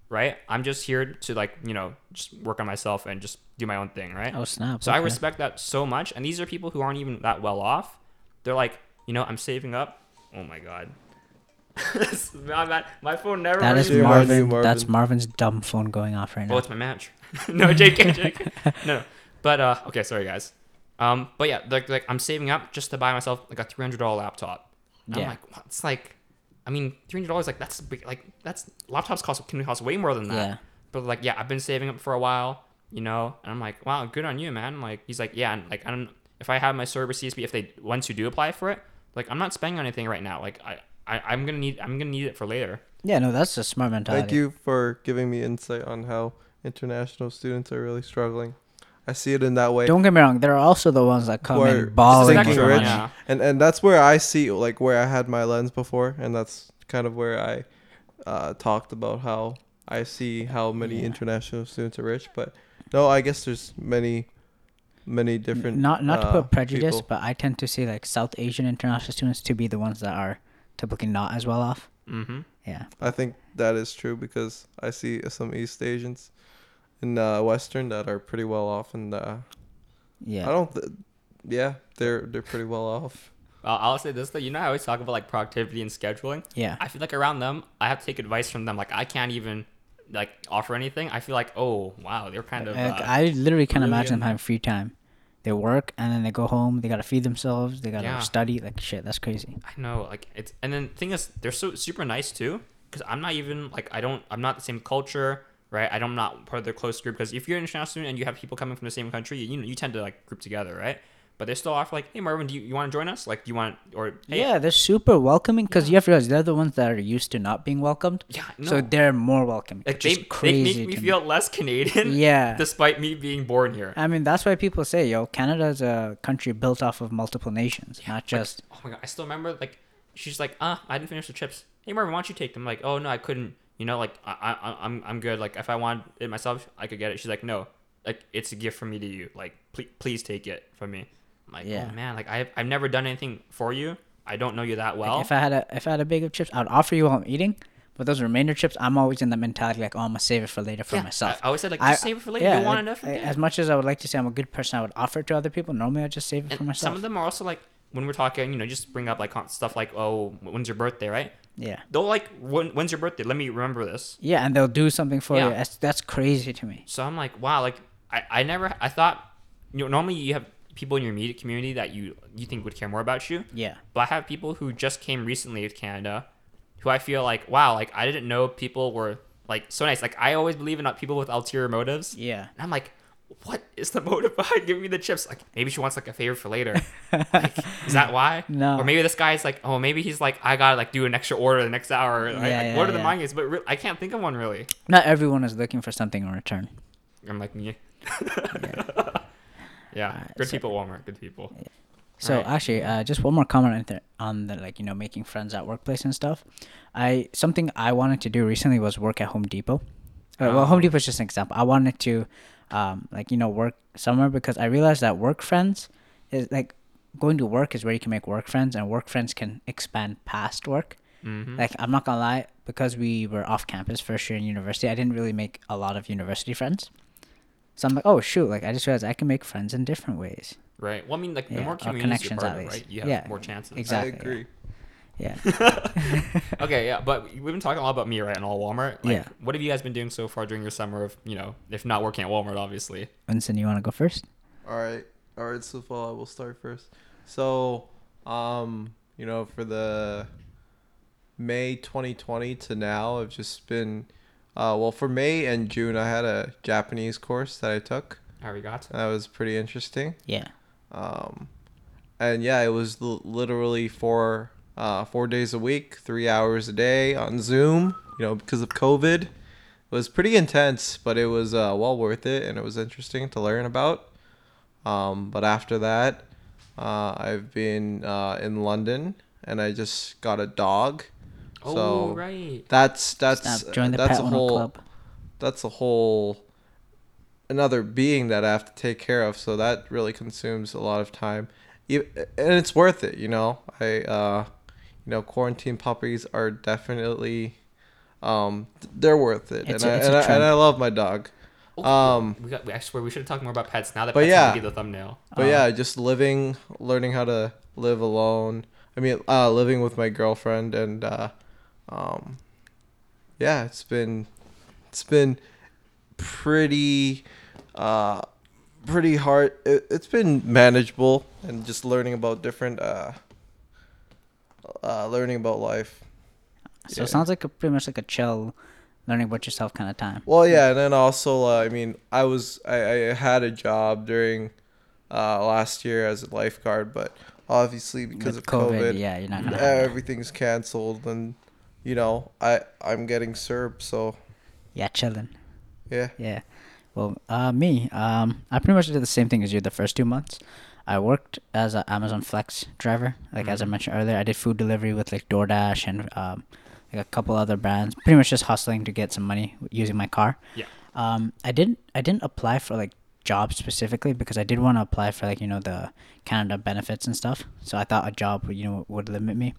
right? I'm just here to like you know just work on myself and just do my own thing, right?
Oh, snap.
So I
okay.
respect that so much. And these are people who aren't even that well off. They're like, you know, I'm saving up. Oh my god. This is my, bad. my phone never.
That is
rings.
Dear Marvin,
Marvin.
Marvin.
That's Marvin's dumb phone going off right
Well,
now.
it's my match. no, JK, JK. No, no. But uh, okay, sorry guys. Um, but yeah, like like I'm saving up just to buy myself like a three hundred dollar laptop. And
Yeah.
I'm like, what? it's like, I mean, three hundred dollars like that's big- like that's laptops cost can cost way more than that.
Yeah.
But like, yeah, I've been saving up for a while, you know, and I'm like, wow, good on you, man. Like he's like, yeah, and like I don't if I have my server CSP if they once you do apply for it, like I'm not spending on anything right now. Like I, I I'm gonna need I'm gonna need it for later.
Yeah, no, that's a smart mentality.
Thank you for giving me insight on how international students are really struggling. I see it in that way.
Don't get me wrong. There are also the ones that come
who are
in bawling.
stinking
for
rich.
money. Yeah.
And and that's where I see like where I had my lens before, and that's kind of where I uh, talked about how I see how many international students are rich. But no, I guess there's many, many different.
Not not to
uh,
put prejudice,
people.
but I tend to see like South Asian international students to be the ones that are typically not as well off.
Mm-hmm.
Yeah,
I think that is true because I see some East Asians in uh, Western that are pretty well off, and uh,
yeah.
I don't. Th- yeah, they're they're pretty well off.
Well, I'll say this though. You know, how I always talk about like productivity and scheduling.
Yeah.
I feel like around them, I have to take advice from them. Like I can't even like offer anything. I feel like, oh wow, they're kind of.
Like,
uh,
I literally can't imagine
brilliant.
them having free time. They work and then they go home. They gotta feed themselves. They gotta
Yeah.
study. Like shit, that's crazy.
I know, like it's, and then the thing is, they're so super nice too. Because I'm not even like I don't, I'm not the same culture, right? I don't, I'm not part of their close group. Because if you're an international student and you have people coming from the same country, you know, you tend to like group together, right? But they still offer like, hey Marvin, do you, you want to join us? Like, do you want or hey,
Yeah, they're super welcoming because you have to realize they're the ones that are used to not being welcomed.
Yeah,
So
no.
they're more welcoming.
Like
which
they,
is
they
crazy
make me
to
feel less Canadian,
Yeah.
despite me being born here.
I mean, that's why people say, yo, Canada's a country built off of multiple nations, not just.
oh my god, I still remember like she's like, uh, I didn't finish the chips. Hey Marvin, why don't you take them? like, oh no, I couldn't. You know, like I, I, I'm, I'm good. Like if I want it myself, I could get it. She's like, no, like it's a gift from me to you. Like please, please take it from me. I'm like,
Yeah.
oh man, like I, I've never done anything for you. I don't know you that well.
If I had a if I had a bag of chips, I'd offer you while I'm eating. But those remainder chips, I'm always in the mentality like, oh, I'm gonna save it for later for
Yeah,
myself.
I- I always said, like, just save it for later. You want enough and
I-
get it.
As much as I would like to say I'm a good person, I would offer it to other people. Normally, I just save it for
and
myself.
some of them are also like when we're talking, you know, just bring up like con- stuff like, oh, when's your birthday, right?
yeah,
They'll like, when, when's your birthday? Let me remember this.
yeah, and they'll do something for
Yeah.
you. That's that's crazy to me.
So I'm like, wow, like I, I never I thought you know normally you have people in your immediate community that you you think would care more about you.
Yeah.
But I have people who just came recently to Canada who I feel like, wow, like I didn't know people were like so nice. Like I always believe in uh, people with ulterior motives.
Yeah.
And I'm like, what is the motive behind giving me the chips? Like maybe she wants like a favor for later. like, is that why?
No.
Or maybe this guy's like, oh, maybe he's like, I gotta like do an extra order the next hour. Like,
Yeah,
like,
yeah,
what are the
yeah.
mind games? But re- I can't think of one really.
Not everyone is looking for something in return.
I'm like me.
Uh,
yeah, good people at Walmart. Good people.
So
Right.
actually, uh, just one more comment on, th- on the like you know making friends at workplace and stuff. I something I wanted to do recently was work at Home Depot. Uh, Well, Home Depot is just an example. I wanted to, um, like you know, work somewhere because I realized that work friends is like going to work is where you can make work friends, and work friends can expand past work.
Mm-hmm. Hmm.
Like I'm not gonna lie, because we were off campus first year in university, I didn't really make a lot of university friends. So I'm like, oh shoot! Like I just realized I can make friends in different ways.
Right. Well, I mean, like the
Yeah,
more
or
communities you're
connections
part
at
of,
least.
right? You have
Yeah,
more chances.
exact- Exactly,
I
yeah.
agree.
Yeah.
Okay, yeah, but we've been talking a lot about me, right, and all Walmart. Like,
Yeah.
What have you guys been doing so far during your summer of, you know, if not working at Walmart, obviously?
Winston, you want to go first?
All right. All right, so I will start first. So, um, you know, for the May 2020 to now, I've just been uh well, for May and June, I had a Japanese course that I took.
How we got?
That was pretty interesting.
Yeah.
Um and yeah, it was l- literally four uh 4 days a week, 3 hours a day on Zoom, you know, because of COVID. It was pretty intense, but it was uh well worth it and it was interesting to learn about. Um, but after that, uh, I've been uh, in London and I just got a dog.
oh, right.
That's that's
Snap. Join the
that's
pet
a
owner
whole
club.
that's a whole another being that I have to take care of. So that really consumes a lot of time, E- and it's worth it. You know, I uh, you know quarantine puppies are definitely um they're worth it,
It's
and,
a-
I,
it's a
and I and
trend.
I love my dog. Um,
We got, I swear, we should have talked more about pets now that
But
pets
yeah.
yeah. be the thumbnail.
But yeah, just living, learning how to live alone. I mean, uh, living with my girlfriend and uh, um, yeah, it's been it's been pretty uh, pretty hard. It, it's been manageable and just learning about different uh, uh, learning about life.
So it sounds like a pretty much like a chill, learning about yourself kind of time.
Well, yeah, and then also, uh, I mean, I was I, I had a job during uh, last year as a lifeguard, but obviously because
With
of COVID,
yeah, you're not gonna. have that.
everything's canceled, and you know, I I'm getting served, so
Yeah, chilling.
yeah.
Yeah. Well, uh, me, um, I pretty much did the same thing as you the first two months. I worked as an Amazon Flex driver, like
Mm-hmm.
as I mentioned earlier. I did food delivery with like DoorDash and um, like a couple other brands. Pretty much just hustling to get some money using my car.
Yeah.
Um, I didn't. I didn't apply for like jobs specifically because I did want to apply for like you know the Canada benefits and stuff. So I thought a job would, you know would limit me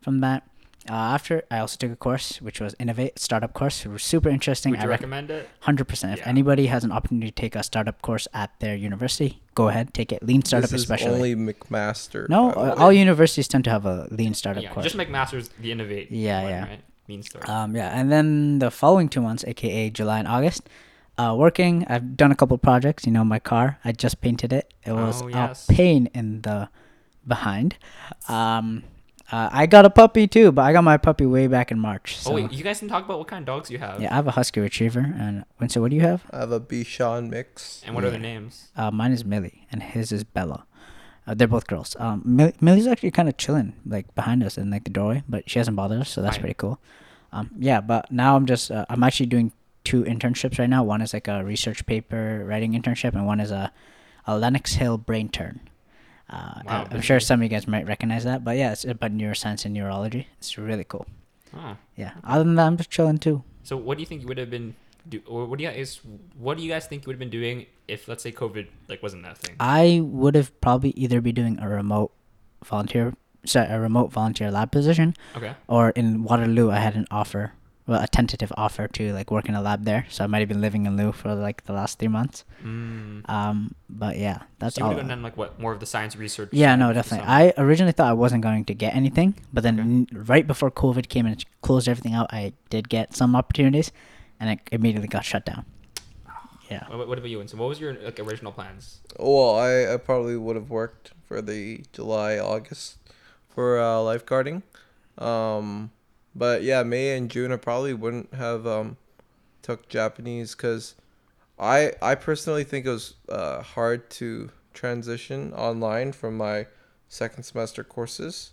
from that. Uh, after I also took a course which was Innovate Startup course, it was super interesting.
Would
I
you
rec-
recommend it?
Hundred percent. If
Yeah.
anybody has an opportunity to take a startup course at their university, go ahead, take it. Lean startup,
This is
especially.
only McMaster.
no,
by the
uh,
way.
all universities tend to have a lean startup
Yeah,
course.
just McMaster's the innovate.
Yeah,
one,
yeah.
Right? Mean story.
Um, yeah, and then the following two months, aka July and August, uh, working. I've done a couple projects. You know, my car. I just painted it. It was
Oh, yes.
a pain in the behind. Um, uh, I got a puppy too, but I got my puppy way back in March. So.
oh wait, you guys didn't talk about what kind of dogs you have.
yeah, I have a husky retriever, and Winston, what do you have?
I have a Bichon mix.
And what are their names?
Uh, mine is Millie, and his is Bella. Uh, they're both girls. Um, Mill- Millie's actually kind of chilling, like behind us in like the doorway, but she hasn't bothered us, so that's
Fine.
pretty cool. Um, yeah, but now I'm just uh, I'm actually doing two internships right now. One is like a research paper writing internship, and one is a, a Lennox Hill brain turn. Uh,
Wow,
I'm sure some of you guys might recognize that, but yeah, it's about neuroscience and neurology. It's really cool.
Ah.
Yeah. Other than that, I'm just chilling too.
So what do you think you would have been do or what do you guys what do you guys think you would have been doing if let's say COVID like wasn't that thing?
I would have probably either be doing a remote volunteer, sorry, a remote volunteer lab position,
Okay.
or in Waterloo, I had an offer, well, a tentative offer to like work in a lab there. So I might have been living in Lou for like the last three months.
Mm.
Um, but yeah, that's
So you
all.
would have done like what more of the science research?
Yeah, no,
side or
definitely.
something?
I originally thought I wasn't going to get anything, but then n- right before COVID came and closed everything out, I did get some opportunities, and it immediately got shut down.
Ah,
Yeah.
What, what about you? And so what was your like original plans?
Well, I, I probably would have worked for the July August for uh, lifeguarding, um, but yeah, May and June I probably wouldn't have um, took Japanese because I I personally think it was uh, hard to transition online from my second semester courses,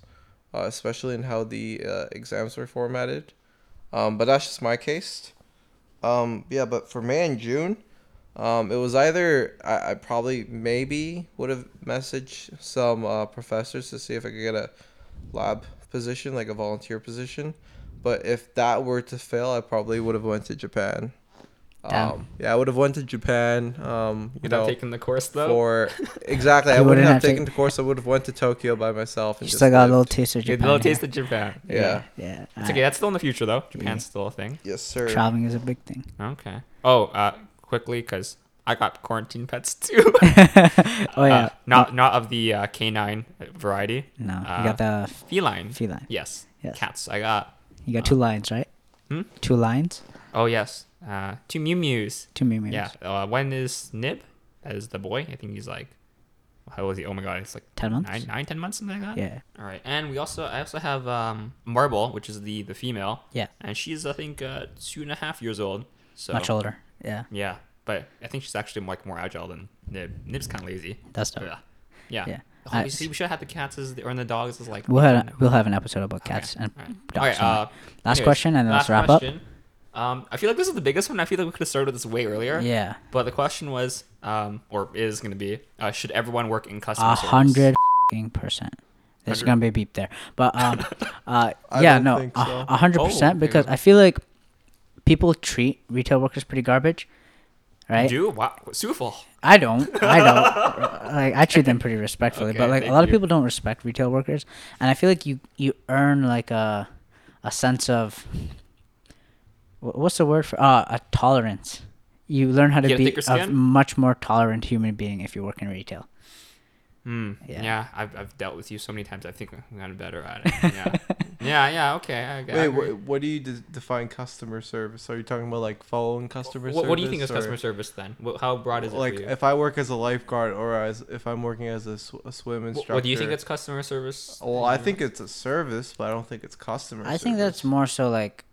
uh, especially in how the uh, exams were formatted. Um, but that's just my case. Um, yeah, but for May and June, um, it was either I, I probably maybe would have messaged some uh, professors to see if I could get a lab position, like a volunteer position. But if that were to fail, I probably would have went to Japan.
Damn.
Um, yeah, I would have went to Japan. Um, you
Without
know,
taking the course though.
for exactly, I
You
wouldn't
wouldn't
have,
have
taken
taken-
the course. I would have went to Tokyo by myself. And
You
just
still got a
lived.
little taste of
Yeah,
Japan. here.
little taste of Japan.
Yeah.
Yeah.
It's
uh,
okay. That's still in the future though. Japan's still a thing.
Yes, sir.
Traveling is a big thing.
Okay. Oh, uh, quickly because I got quarantine pets too.
Oh yeah.
Uh, not not of the uh, canine variety.
no,
uh,
you got the
feline.
feline.
Yes.
Yes.
Cats. I got.
you got two lines, right?
uh, Hmm?
Two lines,
Oh yes. Uh, two Mew Mews.
two memes.
Yeah. Uh, one is Nib, as the boy. I think he's like, how old is he? Oh my god, it's like
10 months?
nine, nine, ten months, something like that.
Yeah.
All right, and we also I also have um Marble, which is the the female.
Yeah.
And she's I think uh, two and a half years old. So
Much older. Yeah.
Yeah, but I think she's actually like more agile than Nib. Nib's kind of lazy.
That's dope.
Yeah. Yeah.
Yeah.
Oh,
I-
we see, we should have had the cats as the, or the dogs as like.
We'll have,
Okay.
we'll have an episode about cats and
All right.
dogs.
Okay,
someday.
uh,
last
anyways,
question, and then let's
last
wrap
question. Um, I feel like this is the biggest one. I feel like we could have started with this way earlier.
up. Yeah.
But the question was, um, or is going to be, uh, should everyone work in customer
A
service?
hundred fing percent. There's
100.
gonna be a beep there, but um, uh,
I
yeah,
don't
no,
think
a
so.
a hundred
Oh,
percent
okay.
because I feel like people treat retail workers pretty garbage, right?
Do wow, Sufal.
I don't. I don't. like I treat them pretty respectfully, but
Okay,
like a
thank
lot of
you.
people don't respect retail workers, and I feel like you you earn like a a sense of wh- what's the word for uh, a tolerance. You learn how to
Get a
be
thicker
a
skin?
much more tolerant human being if you work in retail.
Hmm.
Yeah.
Yeah. I've, I've dealt with you so many times. I think I'm kind of better at it. Yeah. yeah. Yeah. Okay. I, I
Wait,
agree.
what, what do you de- define customer service? Are you talking about like following customer
What,
service?
what do you think is
or-
customer service then? What, how broad is it
Like
for you?
if I work as a lifeguard or as if I'm working as a, sw- a swim
Wh-
instructor.
what do you think that's customer service?
Well, I think it's a service, but I don't think it's customer.
I think that's
service.
more so like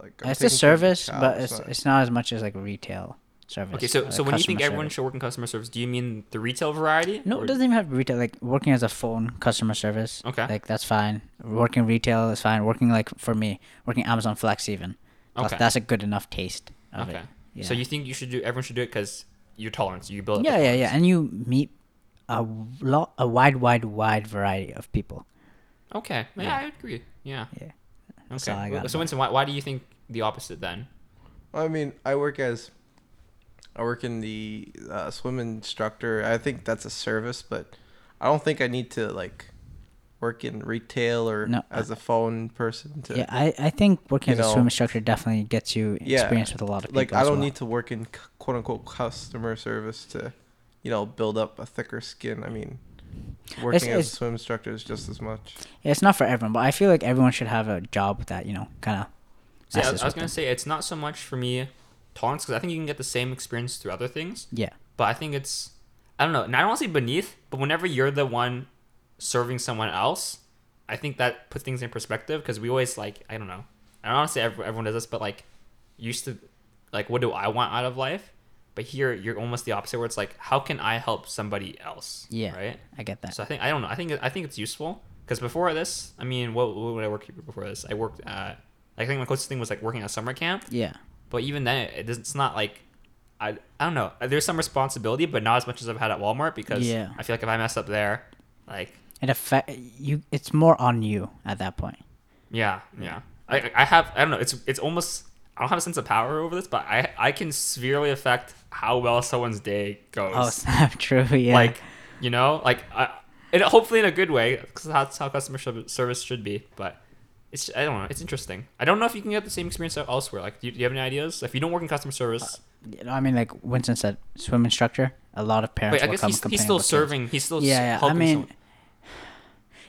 Like, I'm
it's a
taking care of the
service,
child,
but it's
not-
it's not as much as like retail service.
Okay, so
or,
so
like,
when you
Uh, customer
think everyone
service.
should work in customer service, do you mean the retail variety?
no,
Or-
it doesn't even have retail. Like working as a phone customer service,
Okay.
like that's fine. Working retail is fine. Working like for me, working Amazon Flex even, that's,
Okay.
that's a good enough taste of
Okay.
it. Yeah.
So you think you should do everyone should do it because your tolerance, you build. Up
yeah,
your
yeah, yeah, and you meet a lot, a wide, wide, wide variety of people.
tolerance. Okay. Yeah, I agree. Yeah.
Yeah.
Okay.
all I
Well,
got about-
so Winston, why, why do you think the opposite then?
I mean, I work as I work in the uh, swim instructor. I think that's a service, but I don't think I need to like work in retail or
No,
as a phone person to
Yeah, I, I think working
You
as a
know,
swim instructor definitely gets you
Yeah,
experience with a lot of people.
like I
as
don't
well.
need to work in c- quote unquote customer service to you know build up a thicker skin. I mean, working as
it's-
a swim instructor is just as much.
Yeah, it's not for everyone, but I feel like everyone should have a job that you know kind of.
See, I, I was gonna say it's not so much for me tolerance because I think you can get the same experience through other things,
Yeah,
but I think it's I don't know. And I don't want to say beneath, but whenever you're the one serving someone else, I think that puts things in perspective because we always like I don't know. I don't want to say every- everyone does this, but like used to like what do I want out of life? But here you're almost the opposite where it's like how can I help somebody else?
yeah,
Right.
I get that.
So I think I don't know. I think I think it's useful because before this, I mean, what, what would I work before this? I worked at I think my closest thing was like working at a summer camp.
yeah,
But even then, it, doesn't- it's not like I I don't know. There's some responsibility, but not as much as I've had at Walmart because
Yeah.
I feel like if I mess up there, like
it affect you. It's more on you at that point.
yeah, yeah. I I have I don't know. It's it's almost I don't have a sense of power over this, but I I can severely affect how well someone's day goes.
Oh, snap! True. Yeah.
like you know like I, and hopefully in a good way because that's how customer sh- service should be but it's i don't know it's interesting i don't know if you can get the same experience out elsewhere like do you, do you have any ideas if you don't work in customer service
You know, I mean, like Winston said, swim instructor. A lot of parents
wait i
will
guess
come
he's, he's
complaining
still
about kids.
serving he's still s-
Yeah, yeah. I
helping
mean,
someone.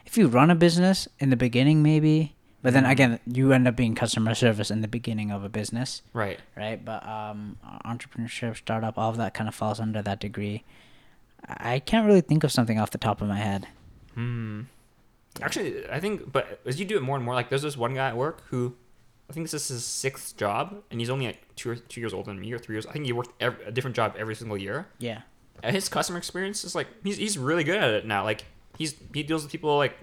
if you run a business in the beginning, maybe, but
Mm-hmm.
then again, you end up being customer service in the beginning of a business.
right
right? But um, entrepreneurship, startup, all of that kind of falls under that degree. I I can't really think of something off the top of my head.
Actually, I think, but as you do it more and more, like there's this one guy at work who, I think this is his sixth job, and he's only like two or two years older than me or three years. I think he worked ev a different job every single year.
Yeah.
And his customer experience is like he's, he's really good at it now. Like he's he deals with people like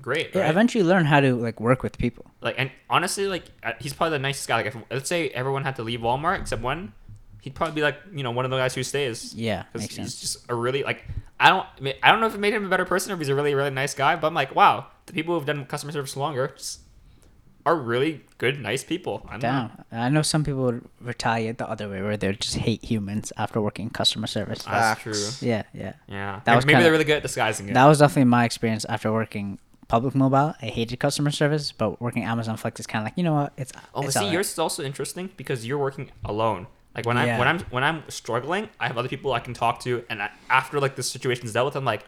great.
Yeah.
right?
Eventually, learn how to like work with people.
Like and honestly, like uh, he's probably the nicest guy. Like if let's say everyone had to leave Walmart except one, he'd probably be like you know one of the guys who stays.
Yeah,
because
makes
he's
sense.
just a really like I don't I mean, I don't know if it made him a better person or if he's a really really nice guy, but I'm like wow, the people who've done customer service longer just are really good nice people. I don't know.
Damn. I know some people would retaliate the other way, where they would just hate humans after working customer service.
That's
Facts.
true.
yeah, yeah.
Yeah,
That
that
was
maybe
kinda-
they're really good at disguising it.
That was definitely my experience after working public mobile. I hated customer service, but working Amazon Flex is kind of like, you know what? It's
Oh,
it's
see,
alright.
yours is also interesting because you're working alone. Like when
Yeah.
I'm when I'm when I'm struggling, I have other people I can talk to, and I, after like the situation's dealt with, I'm like,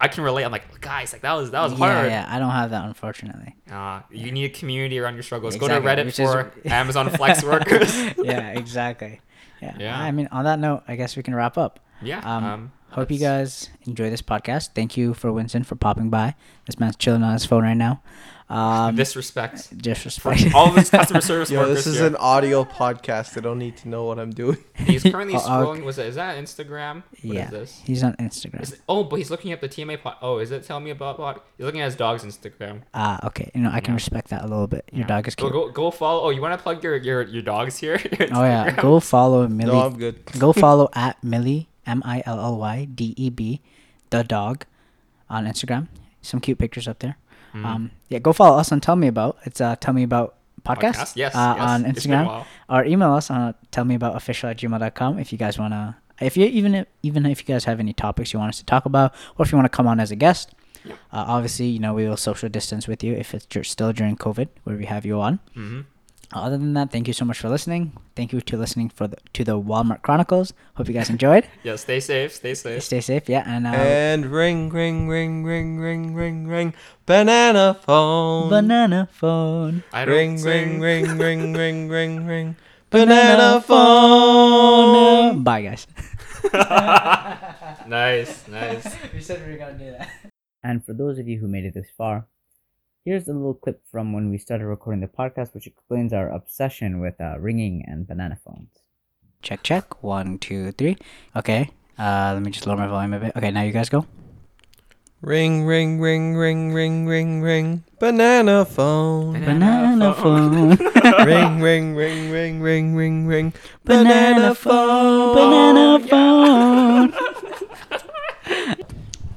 I can relate. I'm like, guys, like that was that was
Yeah,
hard.
yeah. I don't have that unfortunately.
Uh, you need a community around your struggles. Go to
Exactly,
Reddit
which is-
for Amazon Flex workers.
yeah, exactly. Yeah.
Yeah.
I mean, on that note, I guess we can wrap up.
Yeah,
Um,
um,
hope you
that's-
guys enjoy this podcast. Thank you for Winston for popping by. This man's chilling on his phone right now. Um,
Disrespect.
disrespect.
All of his customer service
Yo,
workers.
this is
here.
an audio podcast. They don't need to know what I'm doing.
He's currently
Oh, okay.
scrolling. Was that, is that Instagram? What is
yeah,
this?
he's on Instagram.
Is it- oh, but he's looking up the TMA pod. Oh, is it telling me about pod? He's looking at his dog's Instagram.
Ah, okay. You know, I can respect that a little bit. Your dog is
Go,
cute.
go, go follow. Oh, you want to plug your, your, your dogs here?
oh yeah, go follow Millie.
No, I'm good.
go follow at Millie M I L L Y D E B, the dog, on Instagram. Some cute pictures up there.
Mm.
Um, yeah, go follow us on Tell Me About. It's uh, Tell Me About podcast.
Podcast? Yes,
uh,
yes.
on
It's been a
Instagram
while.
or email us on Tell Me About Official at gmail.com if you guys wanna. If you even if, even if you guys have any topics you want us to talk about, or if you want to come on as a guest,
Mm-hmm.
uh, obviously you know we will social distance with you if it's dur- still during COVID where we have you on. Other than that, thank you so much for listening. Thank you to listening for the, to the Walmart Chronicles. Hope you guys enjoyed.
Yeah, stay safe. Stay safe.
Stay safe, yeah, and uh,
And ring, ring, ring, ring, ring, ring, ring, banana phone.
banana phone.
I don't
ring,
sing.
ring, ring, ring, ring, ring, ring, banana phone.
Bye, guys.
Nice, nice.
we said we were gonna do that. And for those of you who made it this far, here's a little clip from when we started recording the podcast, which explains our obsession with uh, ringing and banana phones. Check, check. One, two, three. Okay. Uh, let me just lower my volume a bit. Okay, now you guys go.
Ring, ring, ring, ring, ring, ring, ring, banana phone.
Banana phone.
ring, ring, ring, ring, ring, ring, ring,
banana phone. Banana phone.